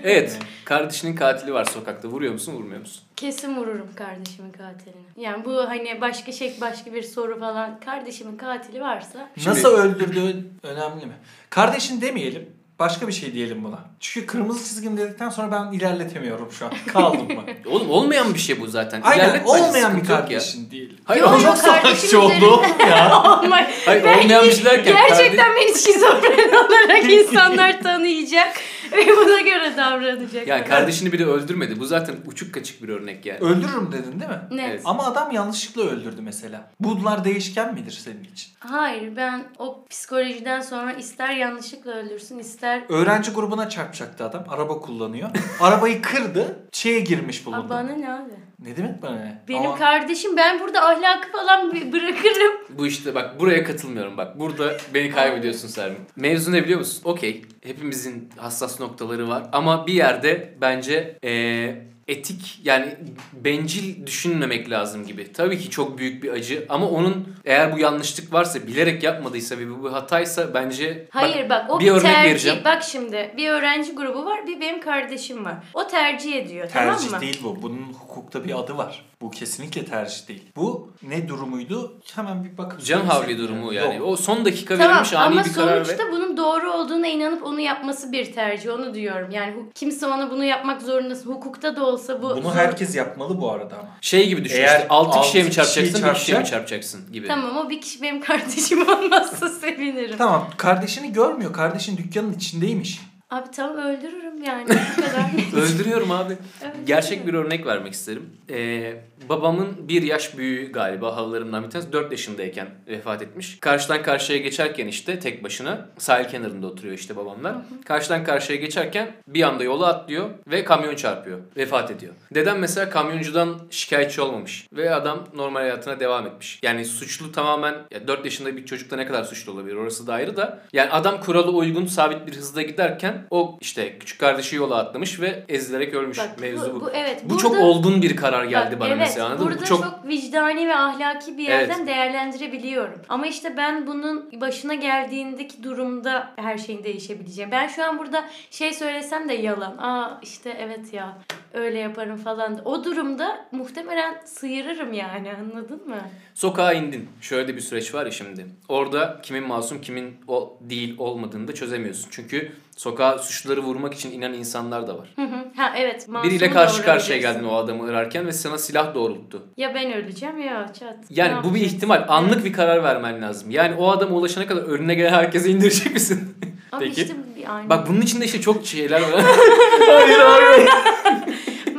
Speaker 2: Evet. Kardeşinin katili var sokakta. Vuruyor musun vurmuyor musun?
Speaker 3: Kesin vururum kardeşimin katilini. Yani bu hani başka şey başka bir soru falan. Kardeşimin katili varsa
Speaker 2: Şimdi-
Speaker 4: Nasıl öldürdüğün önemli mi? Kardeşin demeyelim. Başka bir şey diyelim buna. Çünkü kırmızı çizgim dedikten sonra ben ilerletemiyorum şu an. Kaldım ben.
Speaker 2: Oğlum olmayan bir şey bu zaten.
Speaker 4: Aynen
Speaker 2: İlerletme,
Speaker 4: olmayan bir
Speaker 2: sıkıntı yok ya.
Speaker 4: kardeşin değil.
Speaker 2: Hayır,
Speaker 3: Yok,
Speaker 2: oğlum-
Speaker 3: yok.
Speaker 4: Çok savaşçı
Speaker 3: kardeşim
Speaker 4: oldu
Speaker 3: üzerinde.
Speaker 4: oğlum ya.
Speaker 3: olmay.
Speaker 2: hayır
Speaker 3: Belki
Speaker 2: olmayanmış derken.
Speaker 3: Gerçekten beni şizofren olarak insanlar tanıyacak ve buna göre davranacak.
Speaker 2: Yani kardeşini bile öldürmedi. Bu zaten uçuk kaçık bir örnek yani.
Speaker 4: Öldürürüm dedin değil mi?
Speaker 3: ne?
Speaker 2: Evet.
Speaker 4: Ama adam yanlışlıkla öldürdü mesela. Bunlar değişken midir senin için?
Speaker 3: Hayır ben o psikolojiden sonra ister yanlışlıkla öldürsün ister
Speaker 4: Öğrenci grubuna çarpacaktı adam. Araba kullanıyor. Arabayı kırdı. Şeye girmiş bulundu.
Speaker 3: Aa, bana ne abi?
Speaker 4: Ne demek bana ne?
Speaker 3: Benim
Speaker 4: Ama
Speaker 3: kardeşim ben burada ahlakı falan bi- bırakırım.
Speaker 2: Bu işte bak buraya katılmıyorum bak. Burada beni kaybediyorsun Sermin. Mevzu ne biliyor musun? Okey. Hepimizin hassas noktaları var. Ama bir yerde bence eee, etik yani bencil düşünmemek lazım gibi. Tabii ki çok büyük bir acı ama onun eğer bu yanlışlık varsa bilerek yapmadıysa ve bu bir hataysa bence bak,
Speaker 3: Hayır bak, o
Speaker 2: bir
Speaker 3: bir
Speaker 2: örnek
Speaker 3: tercih.
Speaker 2: vereceğim.
Speaker 3: Bak şimdi bir öğrenci grubu var bir benim kardeşim var. O tercih ediyor
Speaker 4: tercih
Speaker 3: tamam mı?
Speaker 4: değil bu. Bunun hukukta bir adı var. Bu kesinlikle tercih değil. Bu ne durumuydu? Hemen bir bakıp
Speaker 2: can
Speaker 4: söylesene.
Speaker 2: havli durumu yani.
Speaker 4: Yok.
Speaker 2: O son dakika
Speaker 3: Tamam
Speaker 2: verilmiş ani
Speaker 3: ama
Speaker 2: bir karar ve
Speaker 3: sonuçta bunun doğru olduğuna inanıp onu yapması bir tercih onu diyorum. Yani hu- kimse ona bunu yapmak zorundasın. Hukukta da olsa bu.
Speaker 4: Bunu herkes yapmalı bu arada ama.
Speaker 2: şey gibi düşün.
Speaker 4: Eğer
Speaker 2: işte, altı kişiye mi
Speaker 4: altı kişiyi
Speaker 2: çarpacaksın, bir kişiye mi
Speaker 4: çarpacak-
Speaker 2: çarpacaksın gibi.
Speaker 3: Tamam o bir kişi benim kardeşim olmazsa sevinirim.
Speaker 4: Tamam kardeşini görmüyor. Kardeşin dükkanın içindeymiş.
Speaker 3: Abi tamam öldürürüm yani bu kadar.
Speaker 2: Öldürüyorum abi.
Speaker 3: Öldürürüm.
Speaker 2: Gerçek bir örnek vermek isterim. Ee, babamın bir yaş büyüğü galiba halalarımdan bir tanesi 4 yaşındayken vefat etmiş. Karşıdan karşıya geçerken işte tek başına sahil kenarında oturuyor işte babamlar. Karşıdan karşıya geçerken bir anda yola atlıyor ve kamyon çarpıyor. Vefat ediyor. Dedem mesela kamyoncudan şikayetçi olmamış ve adam normal hayatına devam etmiş. Yani suçlu tamamen ya 4 yaşında bir çocukta ne kadar suçlu olabilir orası da ayrı da. Yani adam kurala uygun sabit bir hızda giderken o işte küçük kardeşi yola atlamış ve ezilerek ölmüş.
Speaker 3: Bak,
Speaker 2: Mevzu bu.
Speaker 3: evet,
Speaker 2: Bu
Speaker 3: burada-
Speaker 2: çok olgun bir karar geldi
Speaker 3: Bak,
Speaker 2: bana
Speaker 3: evet,
Speaker 2: mesela anladın mı?
Speaker 3: Burada
Speaker 2: Bu
Speaker 3: çok...
Speaker 2: çok
Speaker 3: vicdani ve ahlaki bir yerden
Speaker 2: Evet.
Speaker 3: değerlendirebiliyorum. Ama işte ben bunun başına geldiğindeki durumda her şeyin değişebileceği. Ben şu an burada şey söylesem de yalan. Aa işte evet ya öyle yaparım falan. O durumda muhtemelen sıyırırım yani anladın mı?
Speaker 2: sokağa indin. Şöyle de bir süreç var ya şimdi. Orada kimin masum kimin o değil olmadığını da çözemiyorsun. Çünkü sokağa suçluları vurmak için inen insanlar da var.
Speaker 3: Hı hı. ha evet. masumu
Speaker 2: Biriyle karşı karşıya
Speaker 3: doğurabilirsin.
Speaker 2: geldin o adamı ararken ve sana silah doğrulttu.
Speaker 3: Ya ben öleceğim ya çat.
Speaker 2: Yani
Speaker 3: Ne
Speaker 2: bu bir
Speaker 3: yapacağız?
Speaker 2: ihtimal. Anlık bir karar vermen lazım. Yani o adama ulaşana kadar önüne gelen herkese indirecek misin?
Speaker 3: Ama
Speaker 2: Peki.
Speaker 3: işte bir- aynen.
Speaker 2: Bak bunun içinde işte çok şeyler var.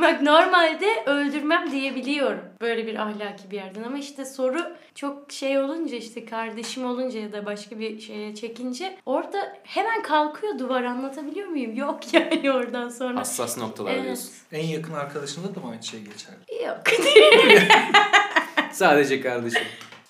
Speaker 3: Bak normalde öldürmem diyebiliyorum böyle bir ahlaki bir yerden ama işte soru çok şey olunca işte kardeşim olunca ya da başka bir şeye çekince orada hemen kalkıyor duvar anlatabiliyor muyum? Yok yani oradan sonra.
Speaker 2: Hassas noktalar diyorsun.
Speaker 3: Evet.
Speaker 4: En yakın arkadaşında da mı aynı şey geçer?
Speaker 3: Yok.
Speaker 2: Sadece kardeşim.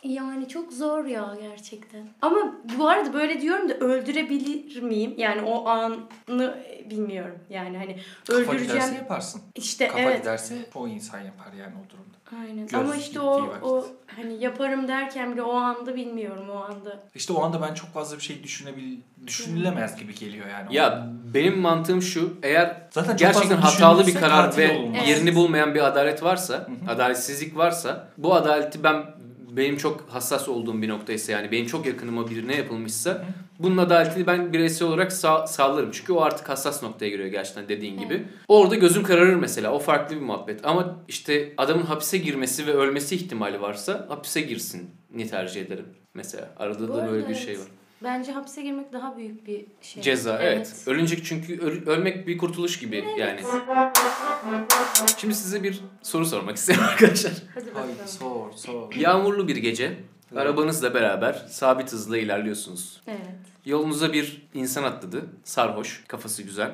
Speaker 3: yani çok zor ya gerçekten. Ama bu arada böyle diyorum da öldürebilir miyim? Yani o anı bilmiyorum. Yani hani
Speaker 4: Kafa
Speaker 3: öldüreceğim.
Speaker 4: giderse yaparsın.
Speaker 3: İşte
Speaker 4: Kafa
Speaker 3: evet.
Speaker 4: giderse o insan yapar yani o durumda.
Speaker 3: Aynen.
Speaker 4: Göz
Speaker 3: Ama işte o,
Speaker 4: gittiği vakit.
Speaker 3: o hani yaparım derken bile o anda bilmiyorum o anda.
Speaker 4: İşte o anda ben çok fazla bir şey düşünebil düşünülemez gibi geliyor yani.
Speaker 2: Ya benim mantığım şu. Eğer
Speaker 4: zaten çok
Speaker 2: gerçekten
Speaker 4: fazla
Speaker 2: hatalı bir
Speaker 4: düşünülürse
Speaker 2: karar
Speaker 4: katil
Speaker 2: ve
Speaker 4: olunmaz.
Speaker 3: Evet.
Speaker 2: yerini bulmayan bir adalet varsa,
Speaker 4: hı.
Speaker 2: adaletsizlik varsa bu adaleti ben benim çok hassas olduğum bir noktaysa yani benim çok yakınıma birine yapılmışsa bunun adaletini ben bireysel olarak sağ, sağlarım. Çünkü o artık hassas noktaya giriyor gerçekten dediğin gibi. Orada gözüm kararır mesela. O farklı bir muhabbet. Ama işte adamın hapise girmesi ve ölmesi ihtimali varsa hapise girsin ni tercih ederim mesela. Arada
Speaker 3: Bu
Speaker 2: da
Speaker 3: arada
Speaker 2: böyle bir
Speaker 3: evet.
Speaker 2: şey var.
Speaker 3: Bence hapse girmek daha büyük bir şey.
Speaker 2: Ceza evet. Ölünce çünkü öl- ölmek bir kurtuluş gibi yani. Şimdi size bir soru sormak istiyorum arkadaşlar.
Speaker 3: Hadi bakalım.
Speaker 4: Hayır sor sor.
Speaker 2: Yağmurlu bir gece arabanızla beraber sabit hızla ilerliyorsunuz.
Speaker 3: Evet.
Speaker 2: Yolunuza bir insan atladı. Sarhoş, kafası güzel.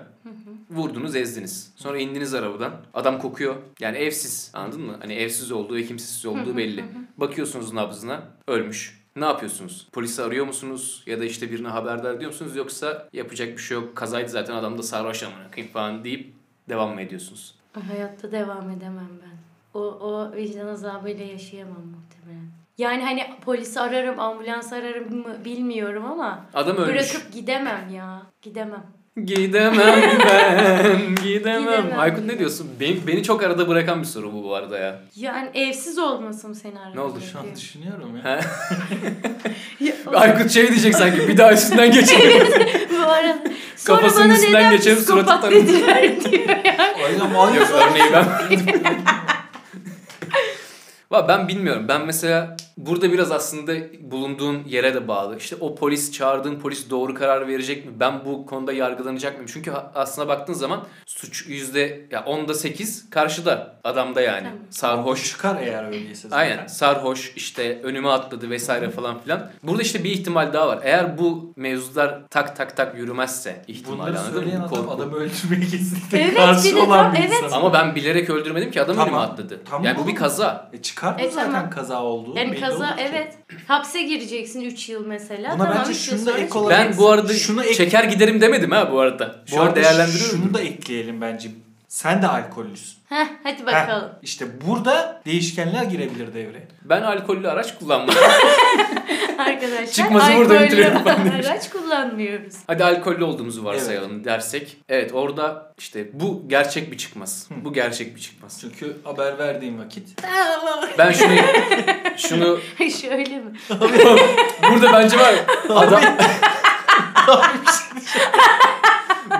Speaker 2: Vurdunuz, ezdiniz. Sonra indiniz arabadan. Adam kokuyor. Yani evsiz. Anladın mı? Hani evsiz olduğu, kimsesiz olduğu belli. Bakıyorsunuz nabzına. Ölmüş. Ne yapıyorsunuz? Polisi arıyor musunuz? Ya da işte birine haberdar ediyor musunuz? Yoksa yapacak bir şey yok. Kazaydı zaten adam da sarhoş amına koyayım falan deyip devam mı ediyorsunuz?
Speaker 3: Hayatta devam edemem ben. O, o vicdan azabıyla yaşayamam muhtemelen. Yani hani polisi ararım, ambulans ararım mı bilmiyorum ama
Speaker 2: Adam ölmüş.
Speaker 3: bırakıp gidemem ya. Gidemem.
Speaker 2: Gidemem ben, gidemem.
Speaker 3: Gidemem.
Speaker 2: Aykut ne diyorsun? Beni, beni çok arada bırakan bir soru bu bu arada ya.
Speaker 3: Yani evsiz olmasın seni aramak
Speaker 2: Ne oldu
Speaker 4: Şu an
Speaker 3: gerekiyor.
Speaker 4: düşünüyorum
Speaker 2: He?
Speaker 4: ya.
Speaker 3: Ya, o-
Speaker 2: Aykut şey diyecek sanki bir daha üstünden geçelim.
Speaker 3: Bu arada. Sonra
Speaker 2: Kafasının
Speaker 3: bana
Speaker 2: üstünden
Speaker 3: neden
Speaker 2: geçelim, suratı
Speaker 3: psikopat
Speaker 2: tarafı.
Speaker 3: dediler diyor yani.
Speaker 4: Aynen manyak.
Speaker 2: Yok örneği ben Va ben bilmiyorum. Ben mesela burada biraz aslında bulunduğun yere de bağlı. İşte o polis çağırdığın polis doğru karar verecek mi? Ben bu konuda yargılanacak mıyım? Çünkü ha- aslına baktığın zaman suç yüzde ya onda sekiz karşıda adamda yani.
Speaker 3: Tamam.
Speaker 2: Sarhoş.
Speaker 4: Çıkar eğer öyleyse zaten.
Speaker 2: Aynen sarhoş işte önüme atladı vesaire falan filan. Burada işte bir ihtimal daha var. Eğer bu mevzular tak tak tak yürümezse ihtimal
Speaker 4: Bunları
Speaker 2: anladın
Speaker 4: söyleyen
Speaker 2: mı? Bu
Speaker 4: adam
Speaker 2: korku.
Speaker 4: adamı öldürmeye kesinlikle
Speaker 3: Evet,
Speaker 4: karşı
Speaker 3: bir de
Speaker 4: olan
Speaker 3: tam-
Speaker 4: bir
Speaker 3: evet.
Speaker 4: insan.
Speaker 2: Ama ben bilerek öldürmedim ki adam
Speaker 4: Tamam.
Speaker 2: önüme atladı.
Speaker 4: Tamam.
Speaker 2: Yani bu bir kaza.
Speaker 4: E çıkar mı
Speaker 3: E,
Speaker 4: zaten
Speaker 3: tamam.
Speaker 4: kaza olduğu
Speaker 3: Yani
Speaker 4: belli
Speaker 3: kaza
Speaker 4: olur ki.
Speaker 3: evet. Hapse gireceksin 3 yıl mesela.
Speaker 4: Buna
Speaker 3: tamam,
Speaker 4: bence
Speaker 3: üç yıl
Speaker 4: şunu da
Speaker 3: sonra
Speaker 4: ek
Speaker 3: çık-
Speaker 4: olarak-
Speaker 2: Ben bu arada
Speaker 4: Şunu ek-
Speaker 2: çeker giderim demedim ha bu arada. Şu
Speaker 4: Bu
Speaker 2: an
Speaker 4: arada
Speaker 2: değerlendiriyorum.
Speaker 4: şunu da ekleyelim bence. Sen de alkollüsün.
Speaker 3: Heh, hadi bakalım.
Speaker 4: Heh, işte burada değişkenler girebilir devreye.
Speaker 2: Ben alkollü araç kullanmam.
Speaker 3: Arkadaşlar
Speaker 2: Çıkması burada
Speaker 3: alkollü
Speaker 2: bitiriyorum ben
Speaker 3: Araç kullanmıyoruz.
Speaker 2: Hadi alkollü olduğumuzu varsayalım dersek. Evet orada işte bu gerçek bir çıkmaz. Bu gerçek bir çıkmaz.
Speaker 4: Çünkü haber verdiğim vakit
Speaker 2: Ben şunu şunu
Speaker 3: Şöyle mi?
Speaker 2: burada bence var adam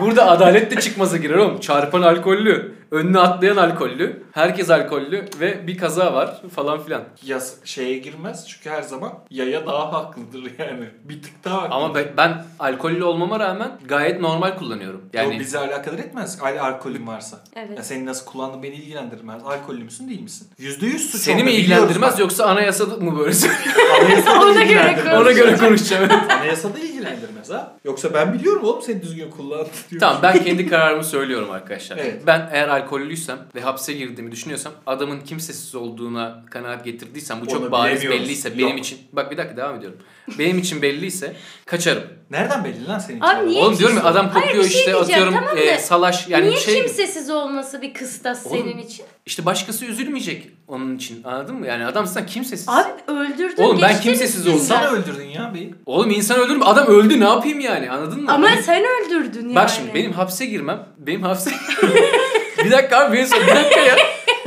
Speaker 2: Burada adalet de çıkmaza girer oğlum. Çarpan alkollü, önüne atlayan alkollü, herkes alkollü ve bir kaza var falan filan.
Speaker 4: yas şeye girmez. Çünkü her zaman yaya daha haklıdır yani. Bir tık daha haklı.
Speaker 2: Ama ben, ben alkollü olmama rağmen gayet normal kullanıyorum.
Speaker 4: Yani...
Speaker 2: Yani
Speaker 4: O bizi alakadar etmez. Al alkolün varsa.
Speaker 3: Evet.
Speaker 4: Ya senin nasıl kullandığın beni ilgilendirmez. Alkollü müsün değil misin? %100 suç
Speaker 2: Seni mi
Speaker 4: orada,
Speaker 2: ilgilendirmez
Speaker 4: biliyoruz
Speaker 2: yoksa anayasa mı böyle?
Speaker 4: bak. Anayasada
Speaker 3: Ona göre
Speaker 4: ilgilendirmez.
Speaker 3: konuş.
Speaker 2: Ona göre konuşacağım.
Speaker 4: Anayasada ilgilendirmez ha. Yoksa ben biliyorum oğlum seni düzgün kullandın diyor.
Speaker 2: tamam ben kendi kararımı söylüyorum arkadaşlar.
Speaker 4: Evet.
Speaker 2: Ben eğer alkollüysem ve hapse girdiğimi düşünüyorsam adamın kimsesiz olduğuna kanaat getirdiysem bu çok
Speaker 4: Onu
Speaker 2: bariz
Speaker 4: bilemiyoruz.
Speaker 2: belliyse
Speaker 4: Yok.
Speaker 2: benim için bak bir dakika devam ediyorum. Benim için belliyse kaçarım.
Speaker 4: Nereden belli lan senin?
Speaker 3: Abi
Speaker 4: için?
Speaker 3: niye
Speaker 2: Oğlum diyorum ya
Speaker 3: kimse-
Speaker 2: adam
Speaker 3: Hayır, bir
Speaker 2: kokuyor
Speaker 3: şey
Speaker 2: işte
Speaker 3: diyeceğim,
Speaker 2: atıyorum
Speaker 3: tamam da
Speaker 2: e, salaş yani
Speaker 3: Niye
Speaker 2: şey
Speaker 3: kimsesiz olması bir kıstas
Speaker 2: Oğlum-
Speaker 3: senin için?
Speaker 2: işte başkası üzülmeyecek onun için anladın mı? Yani adam sen kimsesiz.
Speaker 3: Abi öldürdün
Speaker 2: Oğlum ben
Speaker 3: geçtin
Speaker 2: kimsesiz
Speaker 3: üstünden.
Speaker 2: olsam-
Speaker 4: Sen öldürdün ya beyi.
Speaker 2: Oğlum insan öldürür mü? Adam öldü ne yapayım yani anladın mı?
Speaker 3: Ama
Speaker 2: Hani-
Speaker 3: sen öldürdün yani.
Speaker 2: Bak şimdi benim hapse girmem. Benim hapse... bir dakika abi beni sor- Bir dakika ya.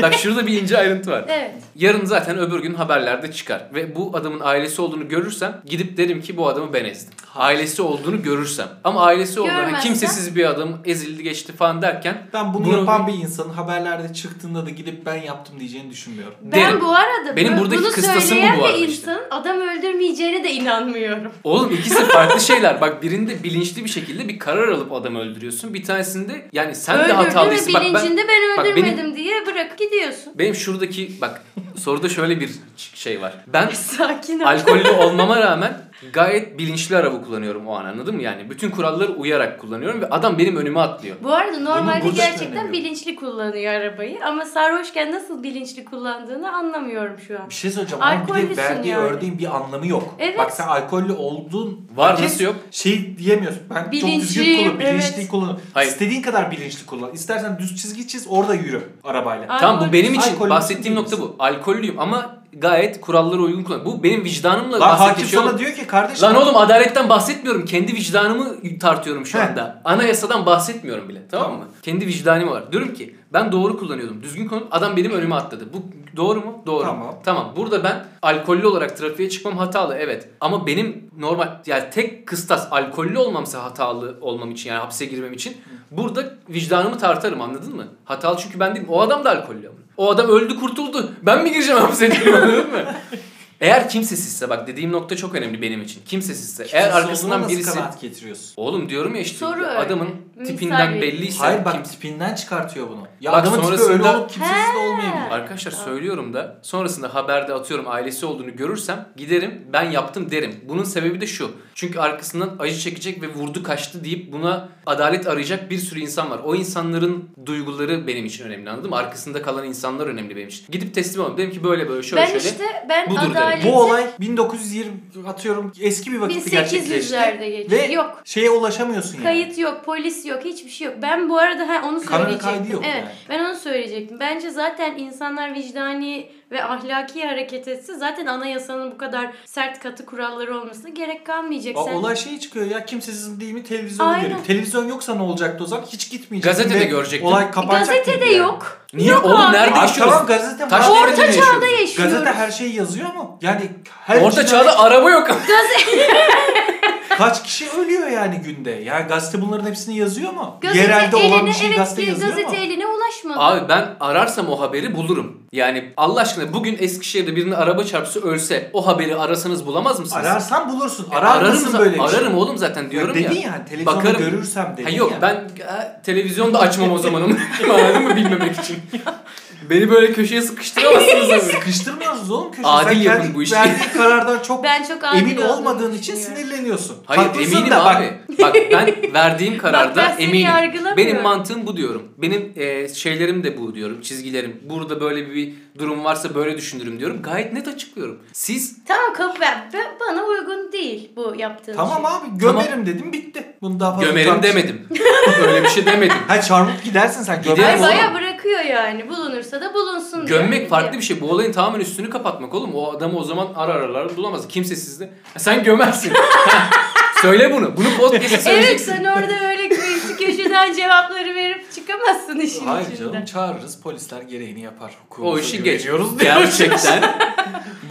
Speaker 2: Bak şurada bir ince ayrıntı var.
Speaker 3: Evet.
Speaker 2: Yarın zaten öbür gün haberlerde çıkar. Ve bu adamın ailesi olduğunu görürsem gidip derim ki bu adamı ben ezdim. Ailesi olduğunu görürsem. Ama ailesi olduğunu hani
Speaker 3: Görmezsen?
Speaker 2: kimsesiz bir adam ezildi geçti falan derken
Speaker 4: Ben bunu,
Speaker 2: Bunu-
Speaker 4: yapan bir insanın haberlerde çıktığında da gidip ben yaptım diyeceğini düşünmüyorum.
Speaker 3: Ben
Speaker 2: Derim.
Speaker 3: bu arada
Speaker 2: Benim
Speaker 3: bu-
Speaker 2: buradaki
Speaker 3: bunu
Speaker 2: kıstasım bu
Speaker 3: söyleyen
Speaker 2: bu arada
Speaker 3: bir
Speaker 2: işte.
Speaker 3: insanın adam öldürmeyeceğine de inanmıyorum.
Speaker 2: Oğlum ikisi farklı şeyler. Bak birinde bilinçli bir şekilde bir karar alıp adamı öldürüyorsun. Bir tanesinde yani sen de
Speaker 3: Öldürdü ve
Speaker 2: hatalıysın. Bak ben
Speaker 3: bilincinde ben
Speaker 2: bak benim-
Speaker 3: öldürmedim diye bırakıp gidiyorsun.
Speaker 2: benim şuradaki bak soruda şöyle bir şey var. Ben
Speaker 3: Sakin ol.
Speaker 2: alkollü olmama rağmen gayet bilinçli araba kullanıyorum o an anladın mı? Yani bütün kurallara uyarak kullanıyorum ve adam benim şey önüme atlıyor.
Speaker 3: Bu arada normalde
Speaker 4: burada
Speaker 3: gerçekten
Speaker 4: söylemiyorum.
Speaker 3: bilinçli kullanıyor arabayı ama sarhoşken nasıl bilinçli kullandığını anlamıyorum şu an.
Speaker 4: Bir şey söyleyeceğim ama bir de
Speaker 3: Alkollüsün
Speaker 4: verdiği
Speaker 3: yani.
Speaker 4: örneğin bir anlamı yok.
Speaker 3: Evet.
Speaker 4: Bak sen alkollü oldun.
Speaker 2: Var
Speaker 4: Herkes
Speaker 2: nasıl yok?
Speaker 4: Şey diyemiyorsun. Ben çok düzgün
Speaker 3: Bilinçliyim,
Speaker 4: kullan, bilinçli
Speaker 3: evet.
Speaker 4: kullan.
Speaker 2: Hayır.
Speaker 4: İstediğin kadar bilinçli kullan. İstersen düz çizgi çiz orada yürü arabayla.
Speaker 3: Ay-
Speaker 2: Tam bu benim için
Speaker 4: Alkollü
Speaker 2: bahsettiğim
Speaker 4: musun,
Speaker 2: nokta bu. Alkollüyüm ama gayet kurallara uygun kullanıyorum. Bu benim vicdanımla
Speaker 4: Lan hakim
Speaker 2: bahsettiğim şey.
Speaker 4: sana
Speaker 2: oğlum.
Speaker 4: diyor ki kardeşim.
Speaker 2: Lan oğlum adaletten bahsetmiyorum. Kendi vicdanımı tartıyorum şu
Speaker 4: He.
Speaker 2: anda. Anayasadan bahsetmiyorum bile. Tamam,
Speaker 4: Tamam.
Speaker 2: mı? Kendi vicdanım var. Diyorum ki ben doğru kullanıyordum. Düzgün kullanıp adam benim önüme atladı. Bu doğru mu? Doğru.
Speaker 4: Tamam.
Speaker 2: Tamam. Burada ben alkollü olarak trafiğe çıkmam hatalı. Evet. Ama benim normal yani tek kıstas alkollü olmamsa hatalı olmam için yani hapse girmem için burada vicdanımı tartarım anladın mı? Hatalı çünkü ben değilim. O adam da alkollü ama. O adam öldü kurtuldu. Ben mi gireceğim hapse diyorum, anladın mı? Eğer kimsesizse bak dediğim nokta çok önemli benim için. Kimsesizse eğer
Speaker 4: Kimsesiz
Speaker 2: arkasından
Speaker 4: olduğuna nasıl
Speaker 2: birisi
Speaker 4: kanaat getiriyorsun.
Speaker 2: Oğlum diyorum ya işte
Speaker 3: Soru öyle.
Speaker 2: adamın
Speaker 3: Misal
Speaker 2: tipinden
Speaker 3: bir-
Speaker 2: belliyse
Speaker 4: Hayır bak
Speaker 2: kimse-
Speaker 4: tipinden çıkartıyor bunu. Ya
Speaker 2: Bak
Speaker 4: adamın tipi öyle
Speaker 2: sonrasında-
Speaker 4: olup kimsesiz de olmayabilir.
Speaker 2: Arkadaşlar söylüyorum da sonrasında haberde atıyorum ailesi olduğunu görürsem giderim ben yaptım derim. Bunun sebebi de şu. Çünkü arkasından acı çekecek ve vurdu kaçtı deyip buna adalet arayacak bir sürü insan var. O insanların duyguları benim için önemli anladın mı? Arkasında kalan insanlar önemli benim için. Gidip teslim olayım. Derim ki böyle böyle şöyle
Speaker 3: ben
Speaker 2: şöyle.
Speaker 3: işte ben
Speaker 2: budur derim.
Speaker 3: adalet adaleti
Speaker 4: Bu olay 1920 atıyorum eski bir vakitte gerçekleşti.
Speaker 3: 1800'lerde geçiyor.
Speaker 4: Ve
Speaker 3: Yok.
Speaker 4: şeye ulaşamıyorsun yani.
Speaker 3: Kayıt yok, polis yok, hiçbir şey yok. Ben bu arada ha, onu
Speaker 4: Kamera
Speaker 3: söyleyecektim.
Speaker 4: kaydı yok
Speaker 3: evet.
Speaker 4: yani.
Speaker 3: Ben onu söyleyecektim. Bence zaten insanlar vicdani ve ahlaki hareket etse zaten anayasanın bu kadar sert katı kuralları olmasına gerek kalmayacak.
Speaker 4: Aa,
Speaker 3: Sen-
Speaker 4: olay şey çıkıyor ya kimsesiz değil mi televizyonu
Speaker 3: Aynen.
Speaker 4: görüyor. Televizyon yoksa ne olacaktı o zaman? Hiç gitmeyecektim.
Speaker 2: Gazetede
Speaker 4: ve
Speaker 2: görecektim.
Speaker 4: Olay kapanacaktı.
Speaker 3: Gazetede
Speaker 4: yani.
Speaker 3: E, yok.
Speaker 2: Niye
Speaker 3: Yok
Speaker 2: oğlum
Speaker 3: abi.
Speaker 2: nerede
Speaker 4: Abi
Speaker 2: yaşıyoruz?
Speaker 4: tamam gazete var.
Speaker 2: Taş
Speaker 3: Orta
Speaker 2: devrinde mi
Speaker 3: çağda
Speaker 2: yaşıyoruz?
Speaker 3: yaşıyoruz.
Speaker 4: Gazete her şeyi yazıyor mu? Yani her şey-
Speaker 2: Orta
Speaker 4: kişi-
Speaker 2: çağda araba yok.
Speaker 4: kaç kişi ölüyor yani günde? Yani gazete bunların hepsini yazıyor mu?
Speaker 3: Gazete
Speaker 4: Yerelde
Speaker 3: eline,
Speaker 4: olan bir şey
Speaker 3: evet,
Speaker 4: gazete yazıyor
Speaker 3: gazete
Speaker 4: mu?
Speaker 3: eline ulaşmadı.
Speaker 2: Abi ben ararsam o haberi bulurum. Yani Allah aşkına bugün Eskişehir'de birine araba çarpsa ölse o haberi arasanız bulamaz mısınız?
Speaker 4: Ararsan bulursun. Arar
Speaker 2: E, Ararım
Speaker 4: mısın
Speaker 2: za-
Speaker 4: böyle bir şey?
Speaker 2: Ararım oğlum zaten diyorum
Speaker 4: dedin
Speaker 2: ya.
Speaker 4: ya. yani televizyonda
Speaker 2: Bakarım.
Speaker 4: görürsem dedin
Speaker 2: Ha yok
Speaker 4: ya.
Speaker 2: ben ha, televizyon da açmam o zaman onu. Anladın mı bilmemek için. Beni böyle köşeye sıkıştıramazsınız abi.
Speaker 4: Sıkıştırmıyorsunuz oğlum köşe.
Speaker 2: Adil
Speaker 4: Sen
Speaker 2: yapın
Speaker 4: kendi
Speaker 2: bu işi.
Speaker 4: Verdiğin karardan çok
Speaker 3: ben çok adil
Speaker 4: emin
Speaker 3: olduğumu
Speaker 4: olmadığın için
Speaker 3: düşünüyorum.
Speaker 4: sinirleniyorsun.
Speaker 2: Hayır
Speaker 4: Haklısın
Speaker 2: eminim
Speaker 4: da bak,
Speaker 2: abi. Bak ben verdiğim kararda
Speaker 3: Bak ben seni
Speaker 2: eminim.
Speaker 3: yargılamıyorum.
Speaker 2: Benim mantığım bu diyorum. Benim e, şeylerim de bu diyorum. Çizgilerim. Burada böyle bir durum varsa böyle düşünürüm diyorum. Gayet net açıklıyorum. Siz
Speaker 3: Tamam kabul ver. Ben- Bana uygun değil bu yaptığın
Speaker 4: Tamam
Speaker 3: şey.
Speaker 4: abi gömerim dedim bitti. Bunu daha fazla
Speaker 2: gömerim
Speaker 4: tartış-
Speaker 2: demedim. Öyle bir şey demedim.
Speaker 4: Ha çarmıh gidersin sen
Speaker 2: Giderim
Speaker 4: gömerim
Speaker 3: Ay
Speaker 2: oğlum.
Speaker 3: baya bırakıyor yani. Bulunursa da bulunsun. diyor.
Speaker 2: Gömmek farklı bir şey. Bu olayın tamamen üstünü kapatmak oğlum. O adamı o zaman ara aralar bulamaz. Kimse sizde. Ha, Sen gömersin. Ha, Söyle bunu. Bunu podcast'e
Speaker 3: Evet
Speaker 2: söyleyeceksin.
Speaker 3: sen orada öyle kıyısı köşeden cevapları verip çıkamazsın işin
Speaker 4: Hayır
Speaker 3: içinden.
Speaker 4: canım çağırırız polisler gereğini yapar. Hukukumuza
Speaker 2: o işi geç.
Speaker 4: güveniyoruz diyor.
Speaker 2: Gerçekten.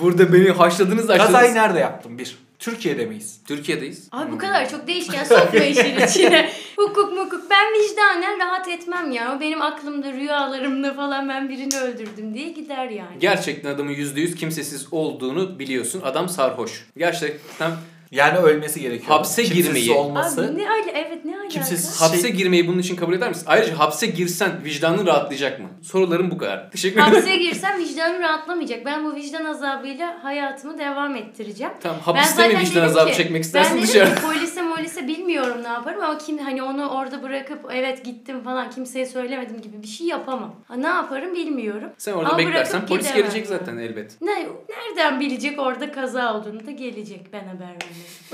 Speaker 2: Burada beni haşladınız haşladınız.
Speaker 4: Kazayı nerede yaptın? Bir. Türkiye'de miyiz?
Speaker 2: Türkiye'deyiz.
Speaker 3: Abi bu kadar çok değişken sokma işin içine. Hukuk mukuk. Ben vicdanen rahat etmem ya. O benim aklımda rüyalarımda falan ben birini öldürdüm diye gider yani.
Speaker 2: Gerçekten adamın %100 kimsesiz olduğunu biliyorsun. Adam sarhoş. Gerçekten
Speaker 4: Yani ölmesi gerekiyor.
Speaker 2: Hapse
Speaker 4: Kimsesiz
Speaker 2: girmeyi.
Speaker 4: olması.
Speaker 3: Abi ne ala evet ne alaka?
Speaker 4: Kimsesiz-
Speaker 2: hapse girmeyi bunun için kabul eder misin? Ayrıca hapse girsen vicdanın rahatlayacak mı? Sorularım bu kadar. Teşekkür ederim.
Speaker 3: Hapse girsem vicdanım rahatlamayacak. Ben bu vicdan azabıyla hayatımı devam ettireceğim.
Speaker 2: Tamam
Speaker 3: Ben
Speaker 2: hapiste mi
Speaker 3: zaten
Speaker 2: vicdan
Speaker 3: dedim
Speaker 2: azabı
Speaker 3: ki-
Speaker 2: çekmek istersin
Speaker 3: ben dedim
Speaker 2: dışarı?
Speaker 3: ki polise molise bilmiyorum ne yaparım ama kim hani onu orada bırakıp evet gittim falan kimseye söylemedim gibi bir şey yapamam. Ha, ne yaparım bilmiyorum.
Speaker 2: Sen orada
Speaker 3: Ama
Speaker 2: beklersen
Speaker 3: bırakıp
Speaker 2: polis
Speaker 3: gidemem
Speaker 2: gelecek
Speaker 3: yani.
Speaker 2: zaten elbet.
Speaker 3: Ne, nereden bilecek orada kaza olduğunu da gelecek ben haber vermem.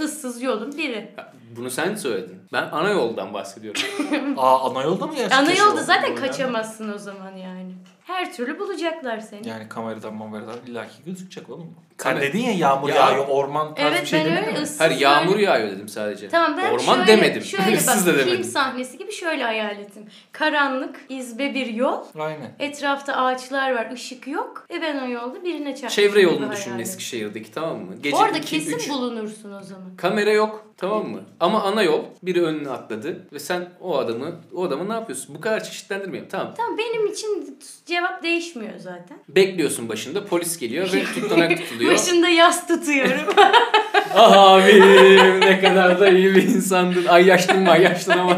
Speaker 3: Issız yolun biri.
Speaker 2: Ya, Bunu sen söyledin. Ben ana yoldan bahsediyorum.
Speaker 4: Aa ana yolda mı gerçekleşiyor?
Speaker 3: Ana yolda
Speaker 4: bu
Speaker 3: zaten
Speaker 4: olay?
Speaker 3: kaçamazsın o zaman yani. Her türlü bulacaklar seni.
Speaker 4: Yani kameradan mameradan illaki gözükecek oğlum. Sen
Speaker 2: Kamera-
Speaker 4: dedin ya yağmur
Speaker 2: Ya-
Speaker 4: yağıyor, orman tarzı
Speaker 3: evet
Speaker 4: bir şey
Speaker 3: ben
Speaker 4: demedin
Speaker 3: öyle
Speaker 4: mi?
Speaker 3: ıssız
Speaker 2: Her yağmur
Speaker 3: böyle-
Speaker 2: yağıyor dedim sadece.
Speaker 3: Tamam ben
Speaker 2: Orman
Speaker 3: şöyle,
Speaker 2: demedim.
Speaker 3: Şöyle
Speaker 2: Siz de
Speaker 3: bak film
Speaker 2: demedim.
Speaker 3: sahnesi gibi şöyle hayal ettim. Karanlık, izbe bir yol.
Speaker 4: Aynen.
Speaker 3: Etrafta ağaçlar var, ışık yok. E ben o yolda birine çarptım.
Speaker 2: Çevre
Speaker 3: gibi
Speaker 2: yolunu
Speaker 3: hayal
Speaker 2: düşünün
Speaker 3: ettim.
Speaker 2: Eskişehir'deki tamam mı? Gece
Speaker 3: Orada
Speaker 2: iki,
Speaker 3: kesin
Speaker 2: üç.
Speaker 3: bulunursun o zaman.
Speaker 2: Kamera yok tamam mı? Ama ana yol biri önüne atladı ve sen o adamı o adamı ne yapıyorsun? Bu kadar çeşitlendirmeyelim tamam.
Speaker 3: Tamam benim için cevap değişmiyor zaten.
Speaker 2: Bekliyorsun başında polis geliyor ve tutanak tutuluyor.
Speaker 3: Başında yas tutuyorum.
Speaker 2: ah abim ne kadar da iyi bir insandın. Ay yaşlım ay yaşlım ama.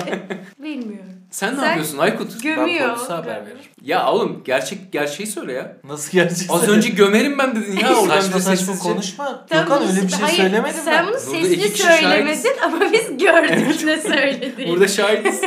Speaker 3: Bilmiyorum.
Speaker 2: Sen ne
Speaker 3: Sen-
Speaker 2: yapıyorsun Aykut?
Speaker 3: Gömüyor.
Speaker 4: Ben polise haber veririm.
Speaker 2: Ya oğlum gerçek gerçeği söyle ya.
Speaker 4: Nasıl gerçek?
Speaker 2: Az önce gömerim ben dedin ya oradan
Speaker 4: saçma
Speaker 2: bize
Speaker 4: saçma
Speaker 2: sessizce.
Speaker 4: konuşma.
Speaker 3: Sen
Speaker 4: Gökhan
Speaker 3: bunu-
Speaker 4: öyle bir şey
Speaker 3: hayır,
Speaker 4: söylemedim
Speaker 3: Sen
Speaker 4: ben.
Speaker 3: bunu
Speaker 2: Burada iki
Speaker 3: sesli
Speaker 2: kişi şahit.
Speaker 3: söylemedin ama biz gördük ne söylediğini.
Speaker 2: Burada şahidiz.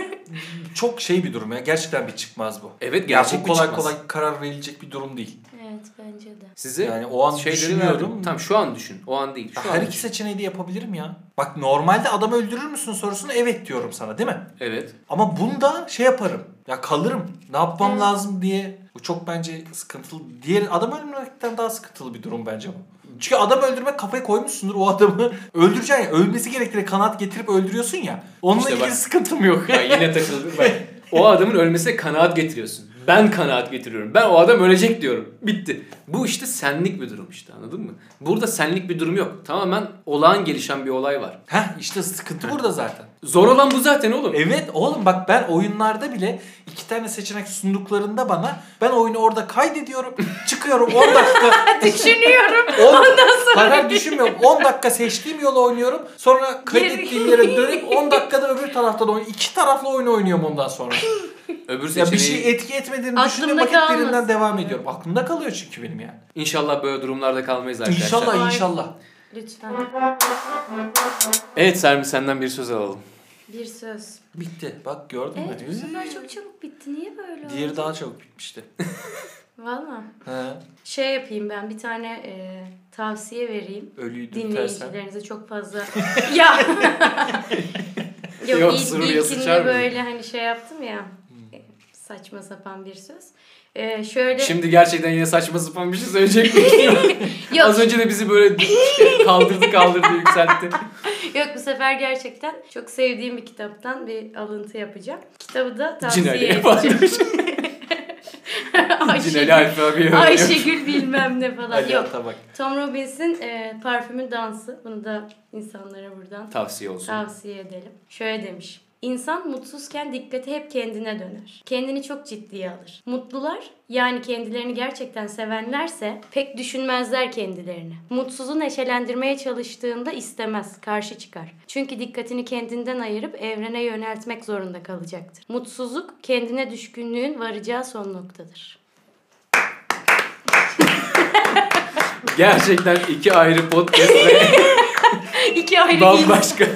Speaker 4: Çok şey bir durum ya. Gerçekten bir çıkmaz bu.
Speaker 2: Evet
Speaker 4: Ya
Speaker 2: gerçek
Speaker 4: bu
Speaker 2: bir
Speaker 4: kolay
Speaker 2: çıkmaz.
Speaker 4: kolay karar verilecek bir durum değil.
Speaker 3: Evet bence de.
Speaker 2: Size
Speaker 4: Yani o an
Speaker 2: şeyleri
Speaker 4: düşünüyorum.
Speaker 2: verdim. şey Tamam şu an düşün. O an değil. Şu
Speaker 4: Ya
Speaker 2: an
Speaker 4: her iki
Speaker 2: düşün.
Speaker 4: seçeneği de yapabilirim ya. Bak normalde adam öldürür müsün sorusuna evet diyorum sana değil mi?
Speaker 2: Evet.
Speaker 4: Ama bunda şey yaparım. Ya kalırım. Ne yapmam
Speaker 3: Evet.
Speaker 4: lazım diye. Bu çok bence sıkıntılı. Diğer adam öldürmekten daha sıkıntılı bir durum bence bu. Çünkü adam öldürmek kafaya koymuşsundur o adamı. Öldüreceksin ya. Ölmesi gerektiğine kanaat getirip öldürüyorsun ya. Onunla
Speaker 2: İşte bak.
Speaker 4: ilgili sıkıntım yok.
Speaker 2: Ya yine takıldım ben. O adamın ölmesine kanaat getiriyorsun. Ben kanaat getiriyorum. Ben o adam ölecek diyorum. Bitti. Bu işte senlik bir durum işte anladın mı? Burada senlik bir durum yok. Tamamen olağan gelişen bir olay var.
Speaker 4: Heh işte sıkıntı burada zaten.
Speaker 2: Zor olan bu zaten oğlum.
Speaker 4: Evet oğlum bak ben oyunlarda bile iki tane seçenek sunduklarında bana ben oyunu orada kaydediyorum. Çıkıyorum 10 dakika
Speaker 3: Düşünüyorum.
Speaker 4: 10 karar düşünmüyorum. 10 dakika seçtiğim yolu oynuyorum. Sonra kaydettiğim yere dönüp 10 dakikada öbür tarafta da oynuyorum. İki taraflı oyun oynuyorum ondan sonra.
Speaker 2: Öbür
Speaker 4: ya bir
Speaker 2: seçeneği
Speaker 4: şey etki etmediğini düşündüğüm
Speaker 3: Aklımda
Speaker 4: vakit birinden
Speaker 3: kalmasın.
Speaker 4: devam ediyorum. Aklımda kalıyor çünkü benim yani.
Speaker 2: İnşallah böyle durumlarda kalmayız arkadaşlar.
Speaker 4: İnşallah
Speaker 3: Ay.
Speaker 4: inşallah.
Speaker 3: Lütfen.
Speaker 2: Evet Sermi senden bir söz alalım.
Speaker 3: Bir söz.
Speaker 4: Bitti. Bak gördün mü?
Speaker 3: Evet bu sefer çok çabuk bitti. Niye böyle oldu?
Speaker 4: Diğeri daha çabuk bitmişti.
Speaker 3: Valla.
Speaker 4: Ha,
Speaker 3: Şey yapayım ben bir tane e, tavsiye vereyim.
Speaker 4: ölüyü dürtersen.
Speaker 3: Dinleyicilerinize çok fazla. ya. Yok,
Speaker 2: Yok,
Speaker 3: ilk,
Speaker 2: sırrı
Speaker 3: ilkinde
Speaker 2: yasıçar mı?
Speaker 3: böyle hani şey yaptım ya. e, Saçma sapan bir söz. E, şöyle.
Speaker 2: Hmm. Şimdi gerçekten yine saçma sapan bir şey söyleyecek miyim?
Speaker 3: Yok,
Speaker 2: Az önce de bizi böyle kaldırdı kaldırdı yükseltti.
Speaker 3: Yok bu sefer gerçekten çok sevdiğim bir kitaptan bir alıntı yapacağım. Kitabı da
Speaker 2: Cin
Speaker 3: tavsiye
Speaker 2: Ali
Speaker 3: edeceğim.
Speaker 2: yaparmış. Cin Ali
Speaker 3: Ayşegül,
Speaker 2: alfabeyi öğreniyor.
Speaker 3: Ayşegül bilmem ne falan.
Speaker 4: Ali
Speaker 3: Yok.
Speaker 4: Ata bak.
Speaker 3: Tom Robbins'in e, Parfümün Dansı. Bunu da insanlara buradan
Speaker 2: Tavsiye olsun.
Speaker 3: tavsiye edelim. Şöyle demiş. İnsan mutsuzken dikkati hep kendine döner. Kendini çok ciddiye alır. Mutlular yani kendilerini gerçekten sevenlerse pek düşünmezler kendilerini. Mutsuzu neşelendirmeye çalıştığında istemez, karşı çıkar. Çünkü dikkatini kendinden ayırıp evrene yöneltmek zorunda kalacaktır. Mutsuzluk kendine düşkünlüğün varacağı son noktadır.
Speaker 2: Gerçekten iki ayrı podcast ve
Speaker 3: İki ayrı
Speaker 2: bambaşka.
Speaker 3: iz-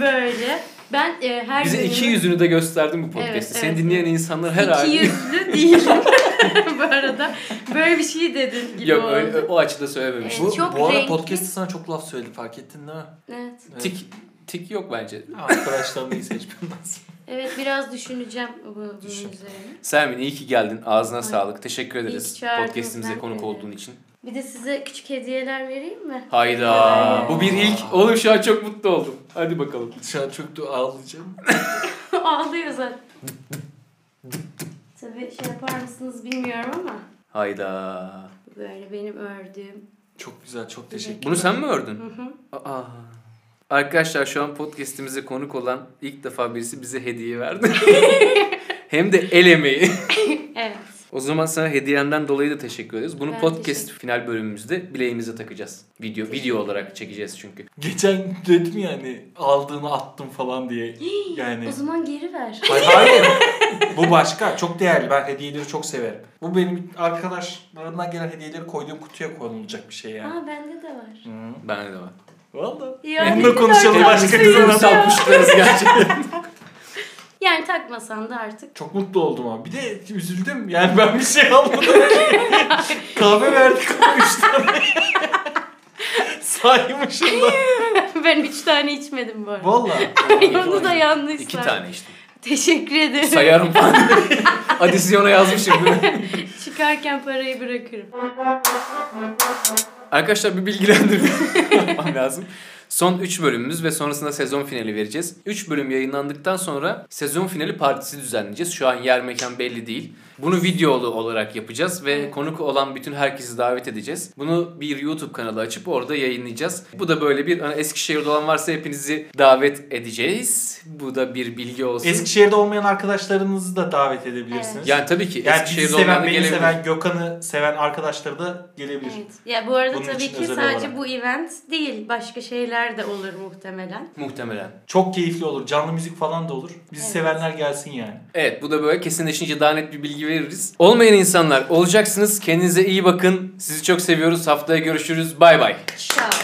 Speaker 3: böyle. Ben e, her
Speaker 2: Bize
Speaker 3: bölümü-
Speaker 2: iki yüzünü de gösterdim bu podcast'te.
Speaker 3: Evet,
Speaker 2: Seni
Speaker 3: evet.
Speaker 2: dinleyen insanlar her
Speaker 3: İki
Speaker 2: halde...
Speaker 3: yüzlü değilim. bu arada böyle bir şey dedin gibi
Speaker 2: Yok
Speaker 3: oldu.
Speaker 2: öyle- o açıda söylememiş.
Speaker 3: Evet.
Speaker 4: Bu,
Speaker 3: çok
Speaker 4: bu ara
Speaker 3: renkli.
Speaker 4: podcast'te sana çok laf söyledi fark ettin değil mi?
Speaker 3: Evet.
Speaker 4: Evet.
Speaker 2: Tik tik yok bence.
Speaker 4: Arkadaşlarımı iyi seçmem lazım.
Speaker 3: Evet biraz düşüneceğim bu, bunun
Speaker 4: Düşün.
Speaker 3: üzerine.
Speaker 2: Selmin iyi ki geldin. Ağzına
Speaker 3: Ay.
Speaker 2: sağlık. Teşekkür
Speaker 3: ki
Speaker 2: ederiz
Speaker 3: çağırdınız.
Speaker 2: podcast'imize
Speaker 3: Ben
Speaker 2: konuk
Speaker 3: de.
Speaker 2: olduğun için.
Speaker 3: Bir de size küçük hediyeler vereyim mi?
Speaker 2: Hayda.
Speaker 3: Ay.
Speaker 2: Bu bir ilk. Oğlum şu an çok mutlu oldum. Hadi bakalım.
Speaker 4: Şu an çok da ağlayacağım.
Speaker 3: Ağlıyor zaten. Tabii şey yapar mısınız bilmiyorum ama
Speaker 2: Hayda.
Speaker 3: böyle benim ördüğüm.
Speaker 4: Çok güzel çok teşekkür
Speaker 2: Bunu sen mi ördün?
Speaker 3: Hı hı.
Speaker 2: Aa. Arkadaşlar şu an podcast'imize konuk olan ilk defa birisi bize hediye verdi. Hem de el emeği.
Speaker 3: Evet.
Speaker 2: O zaman sana hediyenden dolayı da teşekkür ederiz. Bunu
Speaker 3: Ben
Speaker 2: podcast
Speaker 3: teşekkür-
Speaker 2: final bölümümüzde bileğimize takacağız. Video video olarak çekeceğiz çünkü.
Speaker 4: Geçen dedim yani aldığını attım falan diye. Yani.
Speaker 3: O zaman geri ver.
Speaker 4: Hayır, hayır. Bu başka. Çok değerli. Ben hediyeleri çok severim. Bu benim arkadaşlarımdan gelen hediyeleri koyduğum kutuya konulacak bir şey yani.
Speaker 3: Aa bende de var.
Speaker 4: Hı.
Speaker 2: Ben de var.
Speaker 4: Valla.
Speaker 3: Ya, ne
Speaker 4: Bununla
Speaker 3: kadar
Speaker 2: Şey
Speaker 4: konuşalım başka
Speaker 3: tatlısınız
Speaker 4: kızına.
Speaker 3: ya.
Speaker 2: Sapmışlarız gerçekten.
Speaker 3: Yani takmasan da artık.
Speaker 4: Çok mutlu oldum ama. Bir de üzüldüm. Yani ben bir şey almadım. Kahve verdik ama üç tane. Saymışım da.
Speaker 3: ben üç tane içmedim bu arada.
Speaker 4: Valla.
Speaker 3: Onu da yanlış
Speaker 2: İki
Speaker 3: say.
Speaker 2: tane işte.
Speaker 3: Teşekkür ederim.
Speaker 2: Sayarım falan. Adisyona yazmışım değil mi?
Speaker 3: Çıkarken parayı bırakırım.
Speaker 2: Arkadaşlar bir bilgilendirme yapmam lazım. Son 3 bölümümüz ve sonrasında sezon finali vereceğiz. 3 bölüm yayınlandıktan sonra sezon finali partisi düzenleyeceğiz. Şu an yer mekan belli değil. Bunu videolu olarak yapacağız ve
Speaker 3: Evet.
Speaker 2: konuk olan bütün herkesi davet edeceğiz. Bunu bir YouTube kanalı açıp orada yayınlayacağız. Bu da böyle bir hani Eskişehir'de olan varsa hepinizi davet edeceğiz. Bu da bir bilgi olsun.
Speaker 4: Eskişehir'de olmayan arkadaşlarınızı da davet edebilirsiniz.
Speaker 2: yani tabii ki
Speaker 4: Yani bizi
Speaker 2: Eskişehir'de
Speaker 4: seven,
Speaker 2: olan da
Speaker 4: beni
Speaker 2: gelebilir.
Speaker 4: seven, Gökhan'ı seven arkadaşları da gelebilir.
Speaker 3: Evet. Ya bu arada
Speaker 4: Bunun
Speaker 3: tabii
Speaker 4: için
Speaker 3: ki
Speaker 4: özel
Speaker 3: sadece
Speaker 4: olarak.
Speaker 3: bu event değil, başka şeyler de olur muhtemelen.
Speaker 2: Muhtemelen.
Speaker 4: Çok keyifli olur. Canlı müzik falan da olur. Bizi
Speaker 3: Evet.
Speaker 4: sevenler gelsin yani.
Speaker 2: Evet bu da böyle kesinleşince daha net bir bilgi veririz. Olmayan insanlar olacaksınız. Kendinize iyi bakın. Sizi çok seviyoruz. Haftaya görüşürüz. Bay bay.
Speaker 3: Ciao.